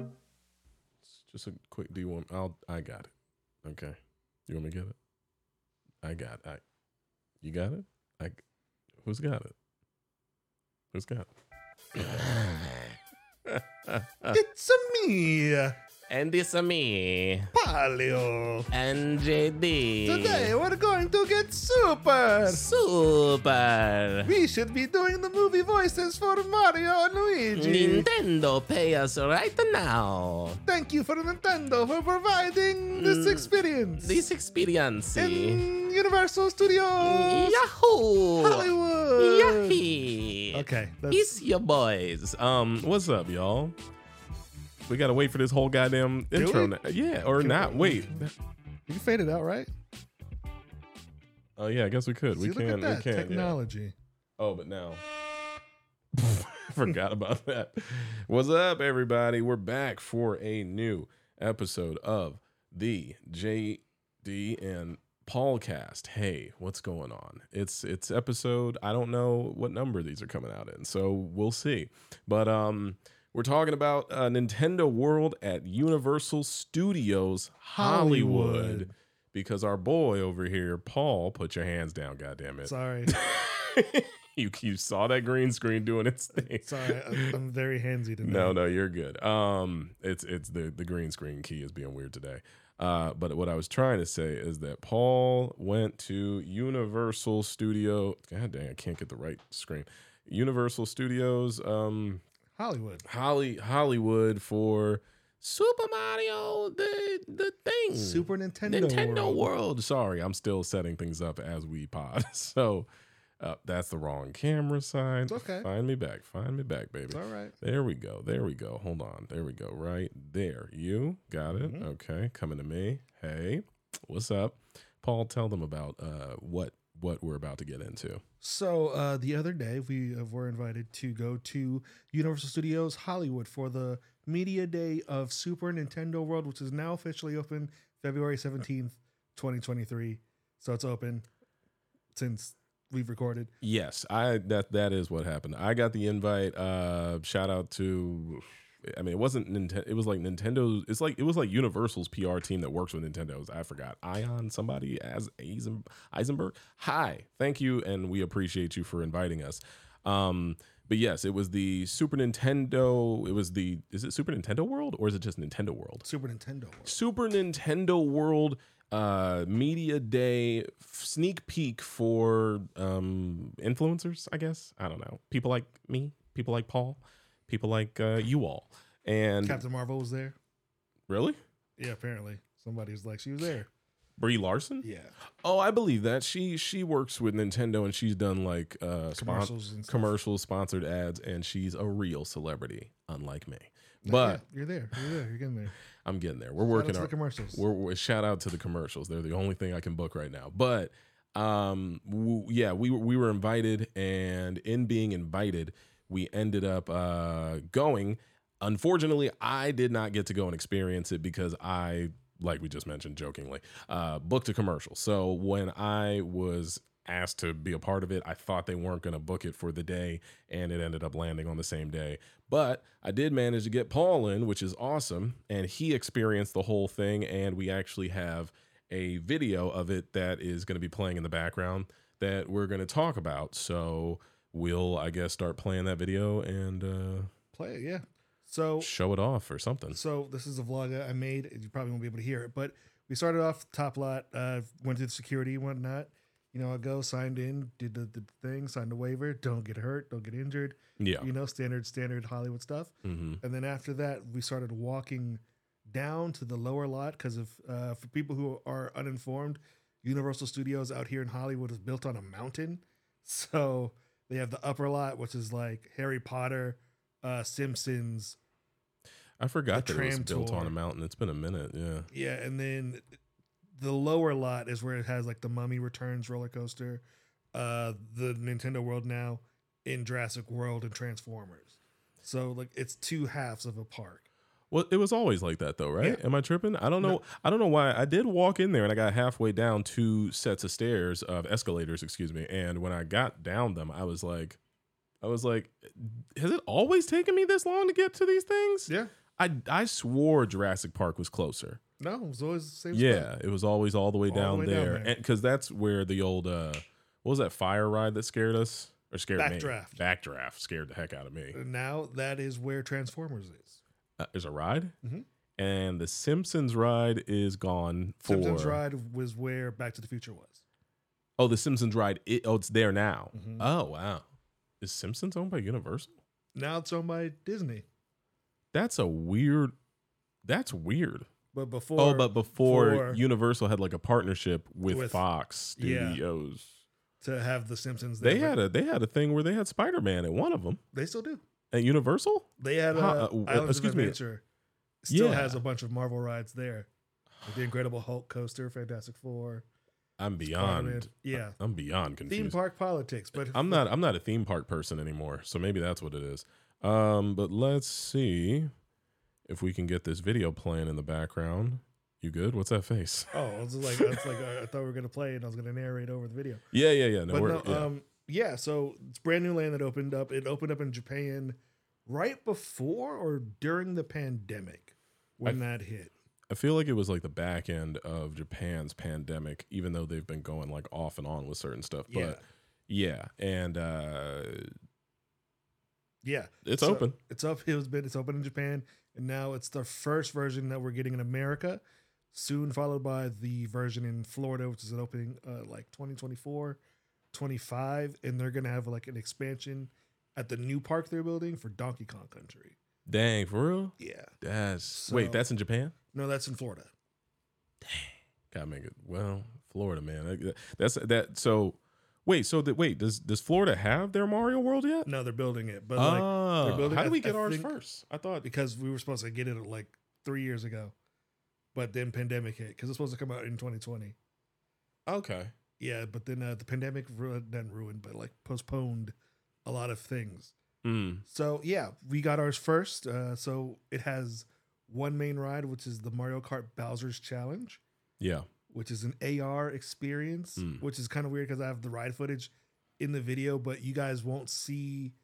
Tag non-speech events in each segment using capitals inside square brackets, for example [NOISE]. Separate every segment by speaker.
Speaker 1: It's just a quick. Do you want? I'll. I got it. Okay. You want me to get it? I got. I. You got it. I. Who's got it? Who's got it?
Speaker 2: It's a me,
Speaker 1: and it's a me
Speaker 2: Palio.
Speaker 1: and JD.
Speaker 2: Today we're going to get super.
Speaker 1: super.
Speaker 2: We should be doing the movie voices for Mario and
Speaker 1: Mm.
Speaker 2: Luigi.
Speaker 1: Nintendo pay us right now.
Speaker 2: Thank you for Nintendo for providing this
Speaker 1: Mm,
Speaker 2: experience.
Speaker 1: This experience.
Speaker 2: in Universal Studios
Speaker 1: Yahoo!
Speaker 2: Hollywood.
Speaker 1: Yahee!
Speaker 2: Okay, that's
Speaker 1: It's your boys. Um, what's up, y'all? We gotta wait for this whole goddamn
Speaker 2: Do
Speaker 1: intro.
Speaker 2: we?
Speaker 1: Now. Yeah, or
Speaker 2: Can
Speaker 1: not.
Speaker 2: we-
Speaker 1: Wait.
Speaker 2: you faded out, right?
Speaker 1: Oh yeah, I guess we could.
Speaker 2: See,
Speaker 1: We
Speaker 2: look at
Speaker 1: can. We
Speaker 2: that
Speaker 1: can. Yeah.
Speaker 2: technology.
Speaker 1: Oh, but now. [LAUGHS] Forgot about that. What's up, everybody? We're back for a new episode of the JD and Paul cast. Hey, what's going on? It's it's episode, I don't know what number these are coming out in, so we'll see. But um we're talking about uh, Nintendo World at Universal Studios Hollywood.
Speaker 2: Hollywood.
Speaker 1: Because our boy over here, Paul, put your hands down, goddamn it! [LAUGHS]
Speaker 2: Sorry,
Speaker 1: you you saw that green screen doing its
Speaker 2: [LAUGHS]
Speaker 1: thing.
Speaker 2: sorry, I'm, I'm very handsy today.
Speaker 1: No, no, you're good. Um, it's it's the the green screen key is being weird today. Uh, but what I was trying to say is that Paul went to Universal Studio. God dang, I can't get the right screen. Universal Studios, um,
Speaker 2: Hollywood.
Speaker 1: Holly Hollywood for Super Mario the the thing.
Speaker 2: Super Nintendo,
Speaker 1: Mm. Nintendo World.
Speaker 2: World.
Speaker 1: Sorry, I'm still setting things up as we pod. [LAUGHS] So uh, that's the wrong camera sign.
Speaker 2: It's okay.
Speaker 1: Find me back. Find me back, baby.
Speaker 2: It's all right.
Speaker 1: There we go. There we go. Hold on. There we go. Right there. You got it.
Speaker 2: Mhm.
Speaker 1: Okay. Coming to me. Hey, what's up, Paul? Tell them about uh, what what we're about to get into.
Speaker 2: So uh, the other day, we uh, were invited to go to Universal Studios Hollywood for the media day of Super Nintendo World, which is now officially open February seventeenth, twenty twenty three. So it's open since we've recorded.
Speaker 1: Yes, I that that is what happened. I got the invite. Uh, shout out to, I mean, it wasn't Nintendo. It was like Nintendo. It's like it was like Universal's PR team that works with Nintendo's. I forgot Ion somebody as Eisen- Eisenberg. Hi, thank you, and we appreciate you for inviting us. Um, but yes, it was the Super Nintendo. It was the is it Super Nintendo World or is it just Nintendo World?
Speaker 2: Super Nintendo World.
Speaker 1: Super Nintendo World uh media day f- sneak peek for um influencers i guess i don't know people like me people like paul people like uh you all and
Speaker 2: Captain Marvel was there.
Speaker 1: really
Speaker 2: Yeah, apparently somebody was like, she was there.
Speaker 1: brie larson
Speaker 2: Yeah,
Speaker 1: oh i believe that she she works with nintendo and she's done like uh spon-
Speaker 2: commercials and stuff.
Speaker 1: commercials sponsored ads and she's a real celebrity unlike me
Speaker 2: Yeah,
Speaker 1: but
Speaker 2: you're there. You're there. You're getting there.
Speaker 1: i'm getting there we're
Speaker 2: Shout out
Speaker 1: working
Speaker 2: to
Speaker 1: our
Speaker 2: the commercials.
Speaker 1: We're, we're- shout out to the commercials. They're the only thing I can book right now. But um, w- yeah, we were we were invited, and in being invited, we ended up uh, going. Unfortunately, I did not get to go and experience it because I, like we just mentioned jokingly, uh, booked a commercial. So when I was asked to be a part of it, I thought they weren't going to book it for the day, and it ended up landing on the same day. But I did manage to get Paul in, which is awesome. And he experienced the whole thing. And we actually have a video of it that is going to be playing in the background that we're going to talk about. So we'll, I guess, start playing that video and uh,
Speaker 2: Play it. Yeah. So
Speaker 1: show it off or something.
Speaker 2: So this is a vlog I made. You probably won't be able to hear it, but we started off top lot. Uh, went through the security and whatnot. You know, I go signed in, did the, the thing, signed a waiver. Don't get hurt, don't get injured.
Speaker 1: Yeah.
Speaker 2: You know, standard standard Hollywood stuff.
Speaker 1: hmm
Speaker 2: And then after that, we started walking down to the lower lot because if uh, for people who are uninformed, Universal Studios out here in Hollywood is built on a mountain, so they have the upper lot, which is like Harry Potter, uh, Simpsons,
Speaker 1: I forgot
Speaker 2: The
Speaker 1: that it was
Speaker 2: tram
Speaker 1: built on
Speaker 2: tour.
Speaker 1: a mountain. It's been a minute. Yeah.
Speaker 2: Yeah, and then the lower lot is where it has like the Mummy Returns roller coaster, uh, the Nintendo World now, in Jurassic World and Transformers. So like it's two halves of a park.
Speaker 1: Well, it was always like that though, right?
Speaker 2: Yeah.
Speaker 1: Am I tripping? I don't know.
Speaker 2: No.
Speaker 1: I don't know why. I did walk in there and I got halfway down two sets of stairs of escalators, excuse me. And when I got down them, I was like, I was like, has it always taken me this long to get to these things?
Speaker 2: Yeah.
Speaker 1: I I swore Jurassic Park was closer.
Speaker 2: No, it was always the same. spot.
Speaker 1: Yeah, it was always all the way
Speaker 2: All the
Speaker 1: down
Speaker 2: way down
Speaker 1: there,
Speaker 2: there.
Speaker 1: because that's where the old uh, what was that fire ride that scared us or scared
Speaker 2: Backdraft.
Speaker 1: me? Backdraft. Backdraft scared the heck out of me.
Speaker 2: And Now that is where Transformers is.
Speaker 1: Uh, there's a ride,
Speaker 2: Mhm.
Speaker 1: and the Simpsons ride is gone for.
Speaker 2: Simpsons Ride was where Back to the Future was.
Speaker 1: Oh, the Simpsons ride. It, oh, it's there now.
Speaker 2: Mhm.
Speaker 1: Oh wow, is Simpsons owned by Universal?
Speaker 2: Now it's owned by Disney.
Speaker 1: That's a weird. That's weird.
Speaker 2: But before,
Speaker 1: oh, but before
Speaker 2: for-
Speaker 1: Universal had like a partnership with,
Speaker 2: With-
Speaker 1: Fox
Speaker 2: yeah.
Speaker 1: Studios.
Speaker 2: to have the Simpsons, there,
Speaker 1: They
Speaker 2: but
Speaker 1: had a they had a thing where they had Spider Man at one of them
Speaker 2: They still do.
Speaker 1: at Universal.
Speaker 2: They had a
Speaker 1: Huh, uh, w-
Speaker 2: Islands
Speaker 1: excuse
Speaker 2: of
Speaker 1: me.
Speaker 2: Adventure. Still
Speaker 1: Yeah.
Speaker 2: has a bunch of Marvel rides there. Like the Incredible Hulk coaster, Fantastic Four,
Speaker 1: I'm
Speaker 2: Spider-Man.
Speaker 1: beyond.
Speaker 2: Yeah,
Speaker 1: I'm beyond
Speaker 2: theme
Speaker 1: confused.
Speaker 2: park politics. But
Speaker 1: I'm not. I'm not a theme park person anymore. So maybe that's what it is. Um, but let's see if we can get this video playing in the background. You good? What's that face? [LAUGHS]
Speaker 2: Oh, I was like, I was like, I I thought we were gonna play, and I was gonna narrate over the video.
Speaker 1: Yeah, yeah, yeah. No,
Speaker 2: but
Speaker 1: we're,
Speaker 2: no,
Speaker 1: yeah.
Speaker 2: um, yeah. So it's brand new land that opened up. It opened up in Japan right before or during the pandemic when that hit.
Speaker 1: I feel like it was like the back end of Japan's pandemic, even though they've been going like off and on with certain stuff.
Speaker 2: Yeah,
Speaker 1: But yeah, and uh,
Speaker 2: yeah.
Speaker 1: it's
Speaker 2: So-
Speaker 1: open.
Speaker 2: It's up. It was been. It's open in Japan, and now it's the first version that we're getting in America. Soon followed by the version in Florida, which is an opening uh, like 2024, 25, and they're gonna have like an expansion at the new park they're building for Donkey Kong Country.
Speaker 1: Dang, for real?
Speaker 2: Yeah.
Speaker 1: That's wait.
Speaker 2: So-
Speaker 1: That's in Japan.
Speaker 2: No, that's in Florida.
Speaker 1: Gotta make it. Well, Florida, man. That- That's that. So, wait. So that wait. Does does Florida have their Mario World yet?
Speaker 2: No, they're building it, but like
Speaker 1: Oh,
Speaker 2: they're building-
Speaker 1: how do
Speaker 2: I-
Speaker 1: we get
Speaker 2: I
Speaker 1: ours
Speaker 2: think-
Speaker 1: first? I thought.
Speaker 2: because we were supposed to get it like three years ago, but then pandemic hit because it's supposed to come out in 2020.
Speaker 1: Okay.
Speaker 2: Yeah, but then uh, the pandemic ru- not ruined, but like postponed a lot of things.
Speaker 1: Hmm.
Speaker 2: So yeah, we got ours first. Uh, so it has one main ride, which is the Mario Kart Bowser's Challenge,
Speaker 1: Yeah.
Speaker 2: which is an AR experience,
Speaker 1: Mm.
Speaker 2: which is kind of weird because I have the ride footage in the video, but you guys won't see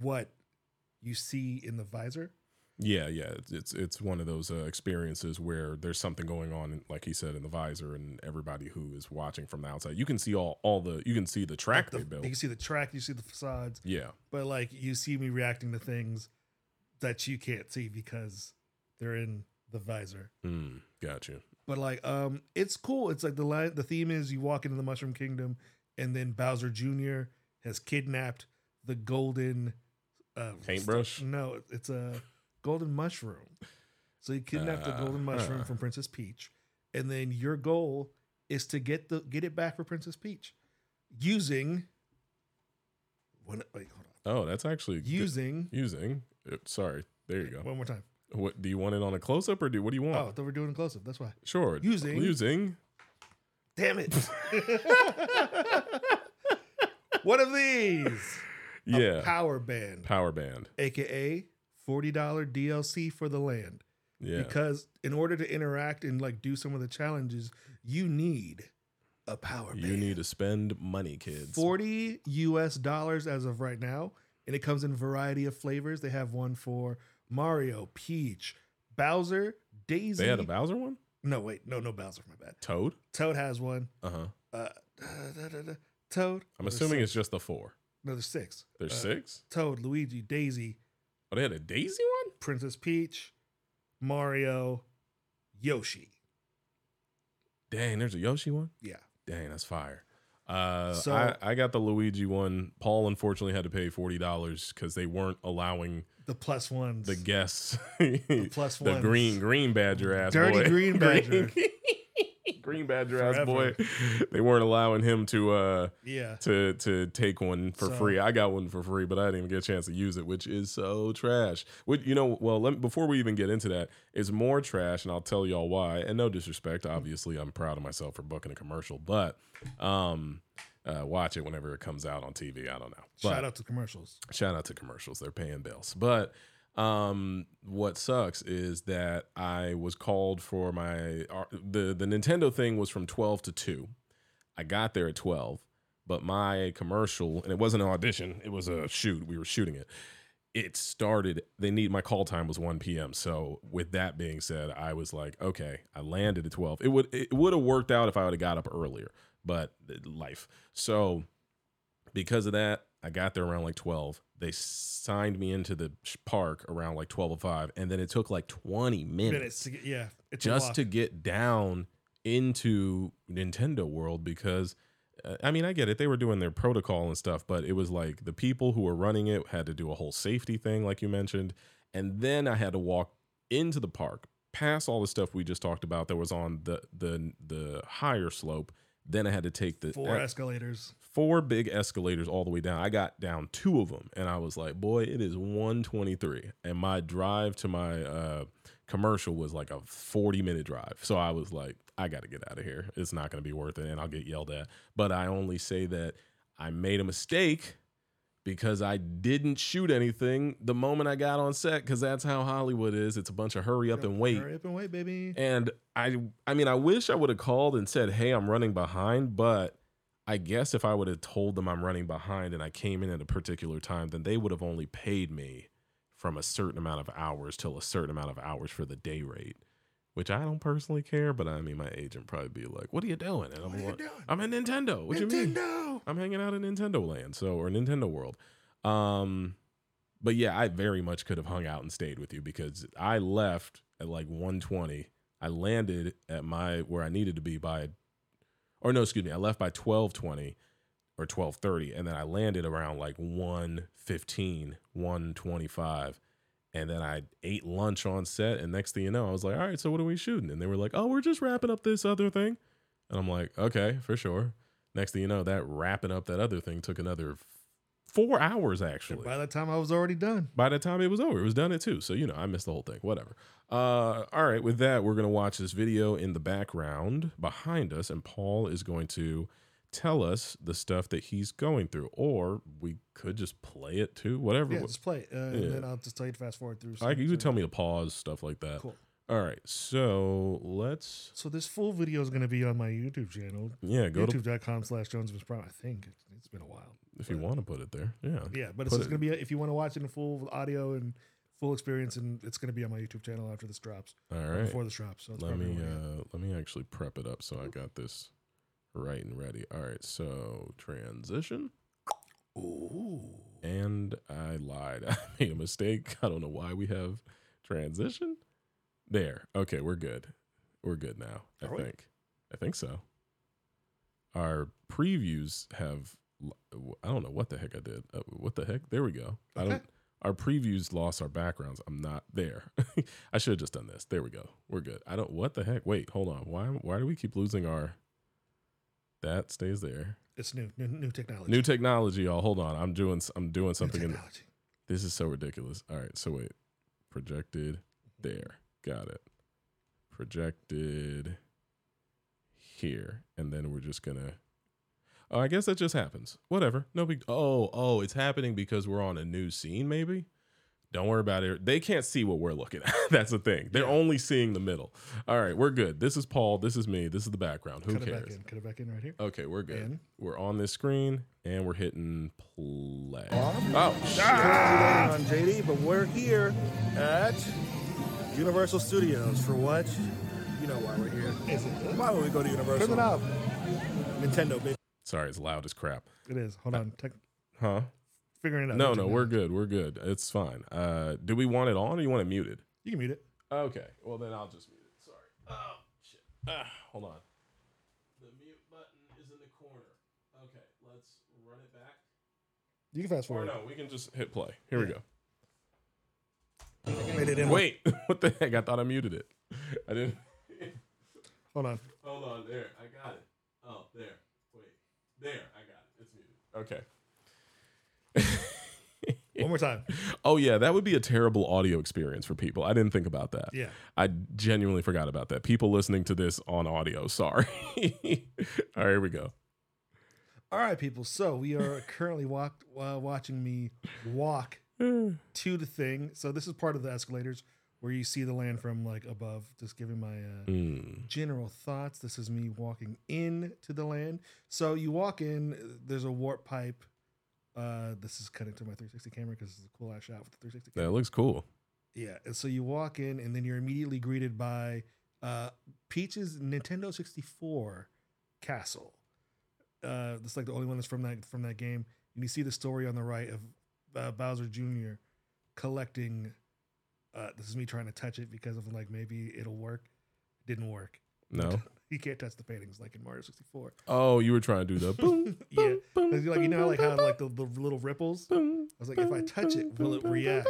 Speaker 2: what you see in the visor.
Speaker 1: Yeah. Yeah. It's it's, it's one of those uh, experiences where there's something going on, like he said, in the visor, and everybody who is watching from the outside, you can see all all the you can see the track
Speaker 2: Like the-
Speaker 1: they built.
Speaker 2: You can see the track, you see the facades,
Speaker 1: Yeah.
Speaker 2: but like you see me reacting to things that you can't see because they're in the visor.
Speaker 1: Mm, got you.
Speaker 2: But like, um, it's cool. It's like the li- the theme is you walk into the Mushroom Kingdom, and then Bowser Jr. has kidnapped the golden uh,
Speaker 1: Paintbrush?
Speaker 2: No, it's a golden mushroom. So he kidnapped
Speaker 1: Uh,
Speaker 2: the golden mushroom
Speaker 1: huh.
Speaker 2: from Princess Peach, and then your goal is to get the get it back for Princess Peach using. One, wait, hold on.
Speaker 1: Oh, that's actually good-
Speaker 2: Using
Speaker 1: using. uh, Sorry. There you go.
Speaker 2: one more time.
Speaker 1: What do you want it on a close up or do what do you want?
Speaker 2: Oh, I thought we were doing a close up. That's why.
Speaker 1: Sure.
Speaker 2: Using-
Speaker 1: Using. [LAUGHS]
Speaker 2: Damn it. One of these. A
Speaker 1: Yeah.
Speaker 2: power band,
Speaker 1: power band.
Speaker 2: aka $40 DLC for the land.
Speaker 1: Yeah.
Speaker 2: Because in order to interact and like do some of the challenges, you need a power band.
Speaker 1: You need to spend money, kids.
Speaker 2: 40 US dollars as of right now. And it comes in variety of flavors. They have one for Mario, Peach, Bowser, Daisy.
Speaker 1: they had a Bowser one?
Speaker 2: no, wait, no, no Bowser, my bad.
Speaker 1: Toad?
Speaker 2: Toad has one.
Speaker 1: Uh huh.
Speaker 2: Uh, [CLEARS THROAT] da, da, da, Toad.
Speaker 1: I'm
Speaker 2: There's
Speaker 1: assuming
Speaker 2: six.
Speaker 1: it's just the four.
Speaker 2: no, there's six.
Speaker 1: There's
Speaker 2: Uh,
Speaker 1: six?
Speaker 2: Toad, Luigi, Daisy,
Speaker 1: Oh, they had a Daisy one?
Speaker 2: Princess Peach, Mario, Yoshi.
Speaker 1: Dang, there's a Yoshi one?
Speaker 2: Yeah.
Speaker 1: Dang, that's fire. Uh,
Speaker 2: So-
Speaker 1: I, I got the Luigi one. Paul unfortunately had to pay forty dollars because they weren't allowing
Speaker 2: The plus ones.
Speaker 1: the guests, [LAUGHS]
Speaker 2: The
Speaker 1: the,
Speaker 2: plus ones.
Speaker 1: green green badger ass
Speaker 2: Dirty
Speaker 1: boy,
Speaker 2: green badger.
Speaker 1: [LAUGHS] green badger ass boy.
Speaker 2: Forever.
Speaker 1: They weren't allowing him to uh,
Speaker 2: Yeah.
Speaker 1: to to take one for
Speaker 2: So-
Speaker 1: free. I got one for free, but I didn't even get a chance to use it, which is so trash. Which you know, well, let me, before we even get into that, it's more trash, and I'll tell y'all why. And no disrespect, obviously, I'm proud of myself for booking a commercial, but um, uh, watch it whenever it comes out on TV. I don't know. But,
Speaker 2: Shout out to commercials.
Speaker 1: shout out to commercials they're paying bills but um what sucks is that i was called for my uh, the the nintendo thing was from 12 to 2 i got there at 12 But my commercial, and it wasn't an audition, it was a shoot. We were shooting it. It started, they need my call time was 1 p.m. So with that being said, I was like, okay, I landed at 12. It would it would have worked out if I would have got up earlier, but uh, life. So because of that, I got there around like 12. They signed me into the sh- park around like 12:05 and then it took like 20
Speaker 2: Minutes to get, yeah, it's a
Speaker 1: just
Speaker 2: lot.
Speaker 1: to get down into Nintendo World because uh, I mean I get it they were doing their protocol and stuff but it was like the people who were running it had to do a whole safety thing like you mentioned and then I had to walk into the park past all the stuff we just talked about that was on the the the higher slope then I had to take the e-,
Speaker 2: four escalators.
Speaker 1: four big escalators all the way down. I got down two of them, and I was like, "Boy, it is 123." And my drive to my uh, commercial was like a 40 minute drive, so I was like, "I got to get out of here. It's not going to be worth it, and I'll get yelled at." But I only say that I made a mistake because I didn't shoot anything the moment I got on set, because that's how Hollywood is. It's a bunch of hurry up and wait.
Speaker 2: Hurry up and wait, baby.
Speaker 1: And I I mean I wish I would have called and said, "Hey, I'm running behind," but I guess if I would have told them I'm running behind and I came in at a particular time, then they would have only paid me from a certain amount of hours till a certain amount of hours for the day rate, which I don't personally care, but I mean my agent probably be like, "What are you doing?" And I'm
Speaker 2: What are you
Speaker 1: like,
Speaker 2: doing?
Speaker 1: "I'm at Nintendo." What do you mean?
Speaker 2: Nintendo!
Speaker 1: I'm hanging out in Nintendo Land, so or Nintendo World. Um, but yeah, I very much could have hung out and stayed with you because I left at like 1:20. I landed at my where I needed to be by, or no, excuse me, I left by 12:20 or 12:30, and then I landed around like 1:15, 1:25. And then I ate lunch on set, and next thing you know, I was like, "All right, so what are we shooting?" And they were like, "Oh, we're just wrapping up this other thing," and I'm like, "Okay, for sure." Next thing you know, that wrapping up that other thing took another f- four hours actually.
Speaker 2: By that time, I was already done.
Speaker 1: By the time it was over, it was done at two. So you know, I missed the whole thing. Whatever. Uh, all right. With that, we're gonna watch this video in the background behind us, and Paul is going to tell us the stuff that he's going through, or we could just play it too. Whatever.
Speaker 2: Yeah, just play it, uh,
Speaker 1: Yeah.
Speaker 2: and then I'll just tell you to fast forward through.
Speaker 1: I,
Speaker 2: some-
Speaker 1: you could
Speaker 2: some-
Speaker 1: tell me to pause stuff like that.
Speaker 2: Cool.
Speaker 1: All right. So let's.
Speaker 2: So this full video is going to be on my YouTube channel,
Speaker 1: Yeah, go to
Speaker 2: youtube.com slash Jones Miss Prime. I think it's, it's been a while.
Speaker 1: if you want to put it there. Yeah.
Speaker 2: Yeah, but it's
Speaker 1: Put
Speaker 2: just
Speaker 1: it-
Speaker 2: going to be, if you want to watch it in full audio and full experience, and it's going to be on my YouTube channel after this drops,
Speaker 1: All
Speaker 2: or
Speaker 1: right.
Speaker 2: before this drops. So it's
Speaker 1: Let
Speaker 2: probably
Speaker 1: me
Speaker 2: when-
Speaker 1: uh, let me actually prep it up so I got this right and ready. All right. So transition. uh,
Speaker 2: Ooh.
Speaker 1: and I lied. [LAUGHS] I made a mistake. I don't know why we have transition. There. Okay, we're good. We're good now. I
Speaker 2: Are we?
Speaker 1: think. I think so. Our previews have. l- I don't know what the heck I did. Uh, what the heck? There we go. I
Speaker 2: Okay.
Speaker 1: don't. Our previews lost our backgrounds. I'm not there. [LAUGHS] I should have just done this. There we go. We're good. I don't. What the heck? Wait. Hold on. Why? Why do we keep losing our? That stays there.
Speaker 2: It's new, new, new technology.
Speaker 1: New technology, y'all. Hold on. I'm doing. s- I'm doing something in.
Speaker 2: technology.
Speaker 1: This is so ridiculous. All right, so wait. Projected there. Got it. Projected here. And then we're just gonna Oh, I guess that just happens. Whatever. No big oh, oh, it's happening because we're on a new scene, maybe? Don't worry about it. They can't see what we're looking at. [LAUGHS] That's the thing. They're
Speaker 2: Yeah.
Speaker 1: only seeing the middle. All right, we're good. This is Paul. This is me. This is the background. Who
Speaker 2: Cut it back
Speaker 1: cares?
Speaker 2: in. Cut it back in right here.
Speaker 1: Okay, we're good.
Speaker 2: And?
Speaker 1: We're on this screen and we're hitting play. Oh, shit.
Speaker 3: on JD, but we're here at Universal Studios for what? You know why we're here.
Speaker 2: Is it this?
Speaker 3: Why would we go to Universal?
Speaker 2: Turn it off.
Speaker 3: Nintendo, bitch.
Speaker 1: Sorry, it's loud as crap.
Speaker 2: It is. Hold on. Tech,
Speaker 1: Huh?
Speaker 2: figuring it out.
Speaker 1: No,
Speaker 2: New
Speaker 1: no, we're
Speaker 2: technology.
Speaker 1: good. We're good. It's fine. Uh, do we want it on or you want it muted?
Speaker 2: You can mute it.
Speaker 1: Okay. Well, then I'll just mute it. Sorry. Oh, shit. Ah, hold on. The mute button is in the corner. Okay. Let's run it back.
Speaker 2: You can fast
Speaker 1: Or
Speaker 2: forward.
Speaker 1: no, we can just hit play. Here we go. [LAUGHS]
Speaker 3: Made it in.
Speaker 1: Wait. what the heck? I thought I muted it. [LAUGHS] I didn't.
Speaker 2: Hold on.
Speaker 1: Hold on. There. I got it. Oh, there. Wait. There. I got it. It's muted. Okay.
Speaker 2: One
Speaker 1: [LAUGHS]
Speaker 2: more time.
Speaker 1: Oh, yeah. That would be a terrible audio experience for people. I didn't think about that.
Speaker 2: Yeah.
Speaker 1: I genuinely forgot about that. People listening to this on audio, [LAUGHS] sorry. All right, here we go.
Speaker 2: All right, people. So we are currently walk,
Speaker 1: Hmm,
Speaker 2: uh, watching me walk to the thing. So this is part of the escalators. where you see the land from like above. Just giving my uh,
Speaker 1: Mm.
Speaker 2: general thoughts. This is me walking in to the land. So you walk in. There's a warp pipe. Uh, this is cutting to my 360 camera because it's a cool ass shot with the 360.
Speaker 1: That looks cool.
Speaker 2: Yeah, and so you walk in, and then you're immediately greeted by uh, Peach's Nintendo 64 castle. Uh, that's like the only one that's from that from that game, and you see the story on the right of uh, Bowser Jr. collecting. Uh, this is me trying to touch it because I'm like maybe it'll work. didn't work. [LAUGHS]
Speaker 1: No.
Speaker 2: You can't touch the paintings like in Mario 64.
Speaker 1: Oh, you were trying to do the boom.
Speaker 2: [LAUGHS] Yeah.
Speaker 1: boom, boom,
Speaker 2: 'Cause you like you know
Speaker 1: boom,
Speaker 2: like
Speaker 1: boom,
Speaker 2: how
Speaker 1: boom,
Speaker 2: like the, the little ripples.
Speaker 1: boom,
Speaker 2: I was like, if I
Speaker 1: boom,
Speaker 2: touch
Speaker 1: boom,
Speaker 2: it, will it
Speaker 1: boom, boom,
Speaker 2: react?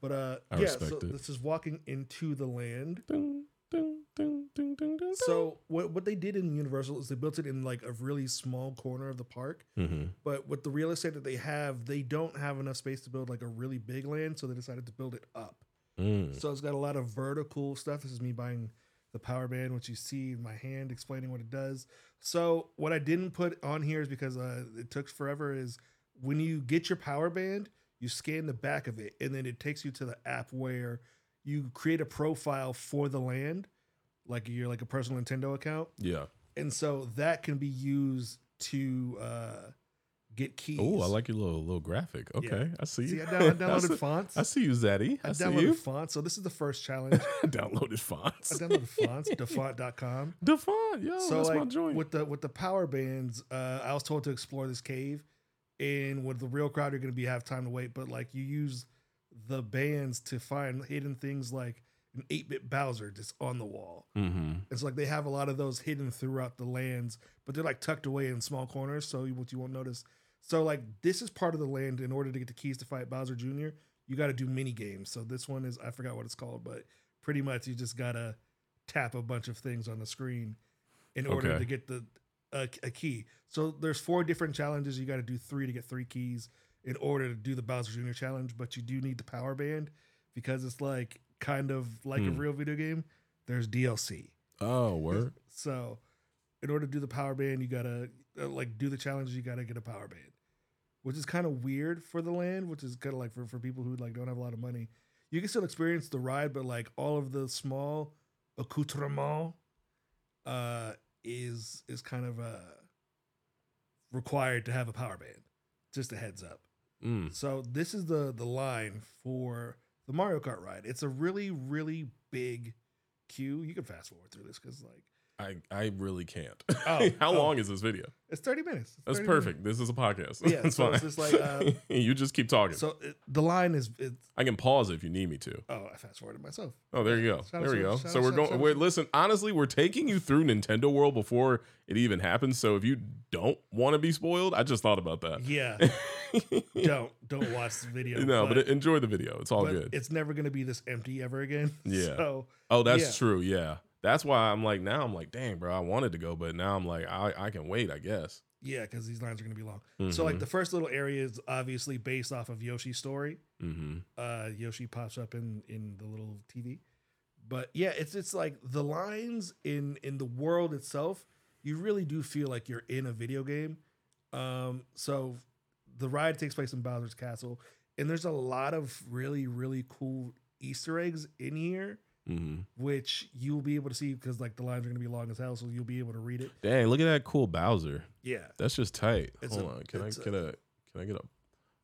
Speaker 2: But uh,
Speaker 1: I
Speaker 2: yeah,
Speaker 1: respect
Speaker 2: so
Speaker 1: it.
Speaker 2: this is walking into the land.
Speaker 1: boom, boom, boom, boom, boom, boom, boom.
Speaker 2: So what what they did in Universal is they built it in like a really small corner of the park.
Speaker 1: Mhm.
Speaker 2: But with the real estate that they have, they don't have enough space to build like a really big land, so they decided to build it up.
Speaker 1: Mm.
Speaker 2: So it's got a lot of vertical stuff. This is me buying the power band, which you see in my hand explaining what it does. So what I didn't put on here is because uh, it took forever. Is when you get your power band, you scan the back of it, and then it takes you to the app where you create a profile for the land, like you're like a personal Nintendo account,
Speaker 1: Yeah.
Speaker 2: and so that can be used to uh, get keys.
Speaker 1: Oh, I like your little little graphic. Okay, I see. [LAUGHS]
Speaker 2: See,
Speaker 1: you.
Speaker 2: I, down- I
Speaker 1: I see-
Speaker 2: downloaded fonts.
Speaker 1: I see you, Zaddy. I,
Speaker 2: I
Speaker 1: see you.
Speaker 2: downloaded fonts. So this is the first challenge.
Speaker 1: [LAUGHS] I downloaded
Speaker 2: I
Speaker 1: fonts. [LAUGHS]
Speaker 2: downloaded fonts, defont.com.
Speaker 1: Defont, yo,
Speaker 2: so
Speaker 1: Oh, that's my
Speaker 2: like
Speaker 1: joint.
Speaker 2: with the with the power bands, uh, I was told to explore this cave, and with the real crowd, you're gonna be have time to wait. But like you use the bands to find hidden things like an eight bit Bowser just on the wall.
Speaker 1: mm-hmm.
Speaker 2: It's like they have a lot of those hidden throughout the lands, but they're like tucked away in small corners, so you- what you won't notice. So like this is part of the land. In order to get the keys to fight Bowser Jr., you got to do mini games. So this one is I forgot what it's called, but pretty much you just gotta tap a bunch of things on the screen in order
Speaker 1: Okay.
Speaker 2: to get the a, a key. So there's four different challenges. You got to do three to get three keys in order to do the Bowser Jr. challenge, but you do need the power band because it's like kind of like a
Speaker 1: Hmm.
Speaker 2: real video game. There's DLC.
Speaker 1: Oh, word.
Speaker 2: So, in order to do the power band, you gotta uh, like do the challenges. You gotta get a power band, which is kind of weird for the land, which is kind of like for, for people who like don't have a lot of money. You can still experience the ride, but like all of the small accoutrement uh, is is kind of uh, required to have a power band. Just a heads up.
Speaker 1: Mm.
Speaker 2: So this is the the line for the Mario Kart ride. It's a really really big queue. You can fast forward through this because like
Speaker 1: I I really can't. [LAUGHS]
Speaker 2: Oh,
Speaker 1: How
Speaker 2: oh.
Speaker 1: long is this video?
Speaker 2: it's thirty minutes. It's
Speaker 1: That's
Speaker 2: 30
Speaker 1: perfect. This is a podcast.
Speaker 2: Yeah,
Speaker 1: [LAUGHS] it's
Speaker 2: so
Speaker 1: fine.
Speaker 2: it's just like, uh,
Speaker 1: [LAUGHS] you just keep talking.
Speaker 2: minutes. So it, the line is it's,
Speaker 1: I can pause if you need me to.
Speaker 2: oh I fast forwarded myself.
Speaker 1: Oh, there you go.
Speaker 2: Shout out
Speaker 1: there we
Speaker 2: to-
Speaker 1: go.
Speaker 2: shout
Speaker 1: So
Speaker 2: out-
Speaker 1: we're
Speaker 2: shout
Speaker 1: going.
Speaker 2: out
Speaker 1: We're,
Speaker 2: to-
Speaker 1: listen, honestly, we're taking you through Nintendo World before it even happens. So if you don't want to be spoiled, I just thought about that. [LAUGHS]
Speaker 2: Yeah, don't don't watch the video.
Speaker 1: no, but, enjoy the video. It's all
Speaker 2: but
Speaker 1: good.
Speaker 2: It's never gonna be this empty ever again. [LAUGHS]
Speaker 1: Yeah.
Speaker 2: So
Speaker 1: oh, that's
Speaker 2: yeah.
Speaker 1: true. Yeah, that's why I'm like now. I'm like, dang, bro, I wanted to go, but now I'm like, I I can wait. I guess.
Speaker 2: yeah, because these lines are gonna be long. So
Speaker 1: Mm-hmm.
Speaker 2: like the first little area is obviously based off of Yoshi's story.
Speaker 1: hmm
Speaker 2: uh Yoshi pops up in in the little TV. But yeah, it's it's like the lines in in the world itself, you really do feel like you're in a video game. Um so the ride takes place in Bowser's castle and there's a lot of really really cool easter eggs in here
Speaker 1: hmm
Speaker 2: which you'll be able to see because like the lines are going to be long as hell so you'll be able to read it.
Speaker 1: Dang, look at that cool Bowser.
Speaker 2: Yeah.
Speaker 1: That's just tight.
Speaker 2: It's
Speaker 1: Hold
Speaker 2: a-
Speaker 1: on. Can I
Speaker 2: it's a-
Speaker 1: get a, can I get a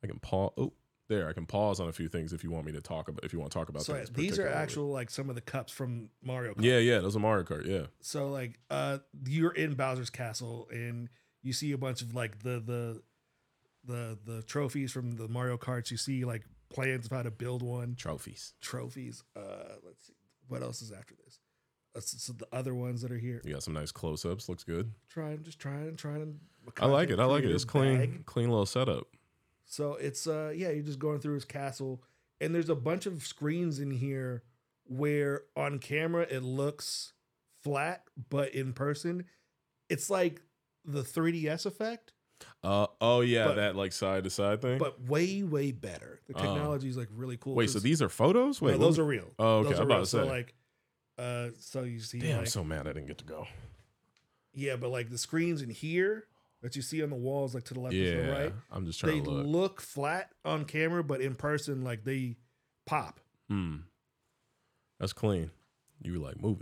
Speaker 1: I can pause oh there, I can pause on a few things if you want me to talk about if you want to talk about
Speaker 2: So
Speaker 1: things
Speaker 2: these are
Speaker 1: particularly.
Speaker 2: actual like some of the cups from Mario Kart.
Speaker 1: Yeah, yeah, those are Mario Kart, yeah.
Speaker 2: so like uh you're in Bowser's castle and you see a bunch of like the the the the trophies from the Mario Karts. You see like plans of how to build one
Speaker 1: Trophies.
Speaker 2: trophies. Uh let's see what else is after this. Uh, so, so the other ones that are here.
Speaker 1: You got some nice close ups, looks good.
Speaker 2: Trying, just trying, trying.
Speaker 1: I like it. I like it. It's clean,
Speaker 2: Bag.
Speaker 1: clean little setup.
Speaker 2: So it's uh yeah, you're just going through his castle, and there's a bunch of screens in here where on camera it looks flat, but in person, it's like the 3DS effect,
Speaker 1: Uh oh yeah,
Speaker 2: But-
Speaker 1: that like side to side thing.
Speaker 2: but way way better. The
Speaker 1: Oh.
Speaker 2: technology is like really cool.
Speaker 1: wait, so
Speaker 2: 'cause-
Speaker 1: these are photos?
Speaker 2: no,
Speaker 1: Wait,
Speaker 2: those are real.
Speaker 1: Oh, okay,
Speaker 2: Those
Speaker 1: I'm
Speaker 2: are
Speaker 1: about to
Speaker 2: So
Speaker 1: say.
Speaker 2: like, uh, so you see,
Speaker 1: Damn, I'm
Speaker 2: like,
Speaker 1: so mad I didn't get to go.
Speaker 2: yeah, but like the screens in here that you see on the walls, like to the left and to
Speaker 1: Yeah.
Speaker 2: the right,
Speaker 1: I'm just
Speaker 2: they
Speaker 1: trying to look.
Speaker 2: look flat on camera, but in person, like they pop.
Speaker 1: Mm. That's clean. You were like, move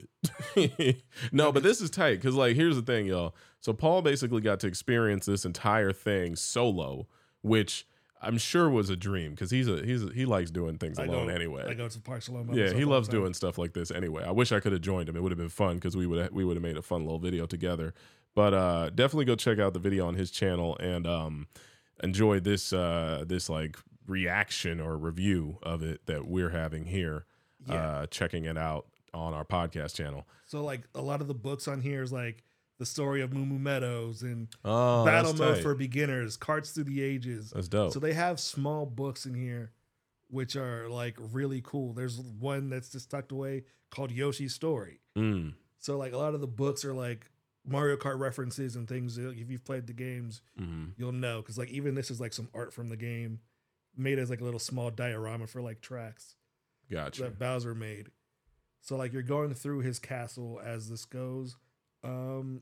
Speaker 1: it. [LAUGHS] no, but this is tight because, like, here's the thing, y'all. So Paul basically got to experience this entire thing solo, which I'm sure was a dream because he's a he's a, he likes doing things
Speaker 2: I
Speaker 1: alone
Speaker 2: go-
Speaker 1: anyway.
Speaker 2: I go to parks alone. by
Speaker 1: Yeah,
Speaker 2: myself
Speaker 1: he
Speaker 2: all the
Speaker 1: loves
Speaker 2: time.
Speaker 1: doing stuff like this anyway. I wish I could have joined him. It would have been fun because we would we would have made a fun little video together. But uh, definitely go check out the video on his channel and um, enjoy this uh, this like reaction or review of it that we're having here. Uh, checking it out on our podcast channel.
Speaker 2: So like a lot of the books on here is like the story of Moo Moo Meadows and
Speaker 1: Oh,
Speaker 2: Battle Mode
Speaker 1: tight. Oh.
Speaker 2: for Beginners, Carts Through the Ages.
Speaker 1: that's dope.
Speaker 2: So they have small books in here, which are like really cool. There's one that's just tucked away called Yoshi's Story.
Speaker 1: Mm,
Speaker 2: So like a lot of the books are like Mario Kart references and things. that If you've played the games,
Speaker 1: mhm.
Speaker 2: you'll know because like even this is like some art from the game, made as like a little small diorama for like tracks
Speaker 1: Gotcha.
Speaker 2: that Bowser made. So like you're going through his castle as this goes. Um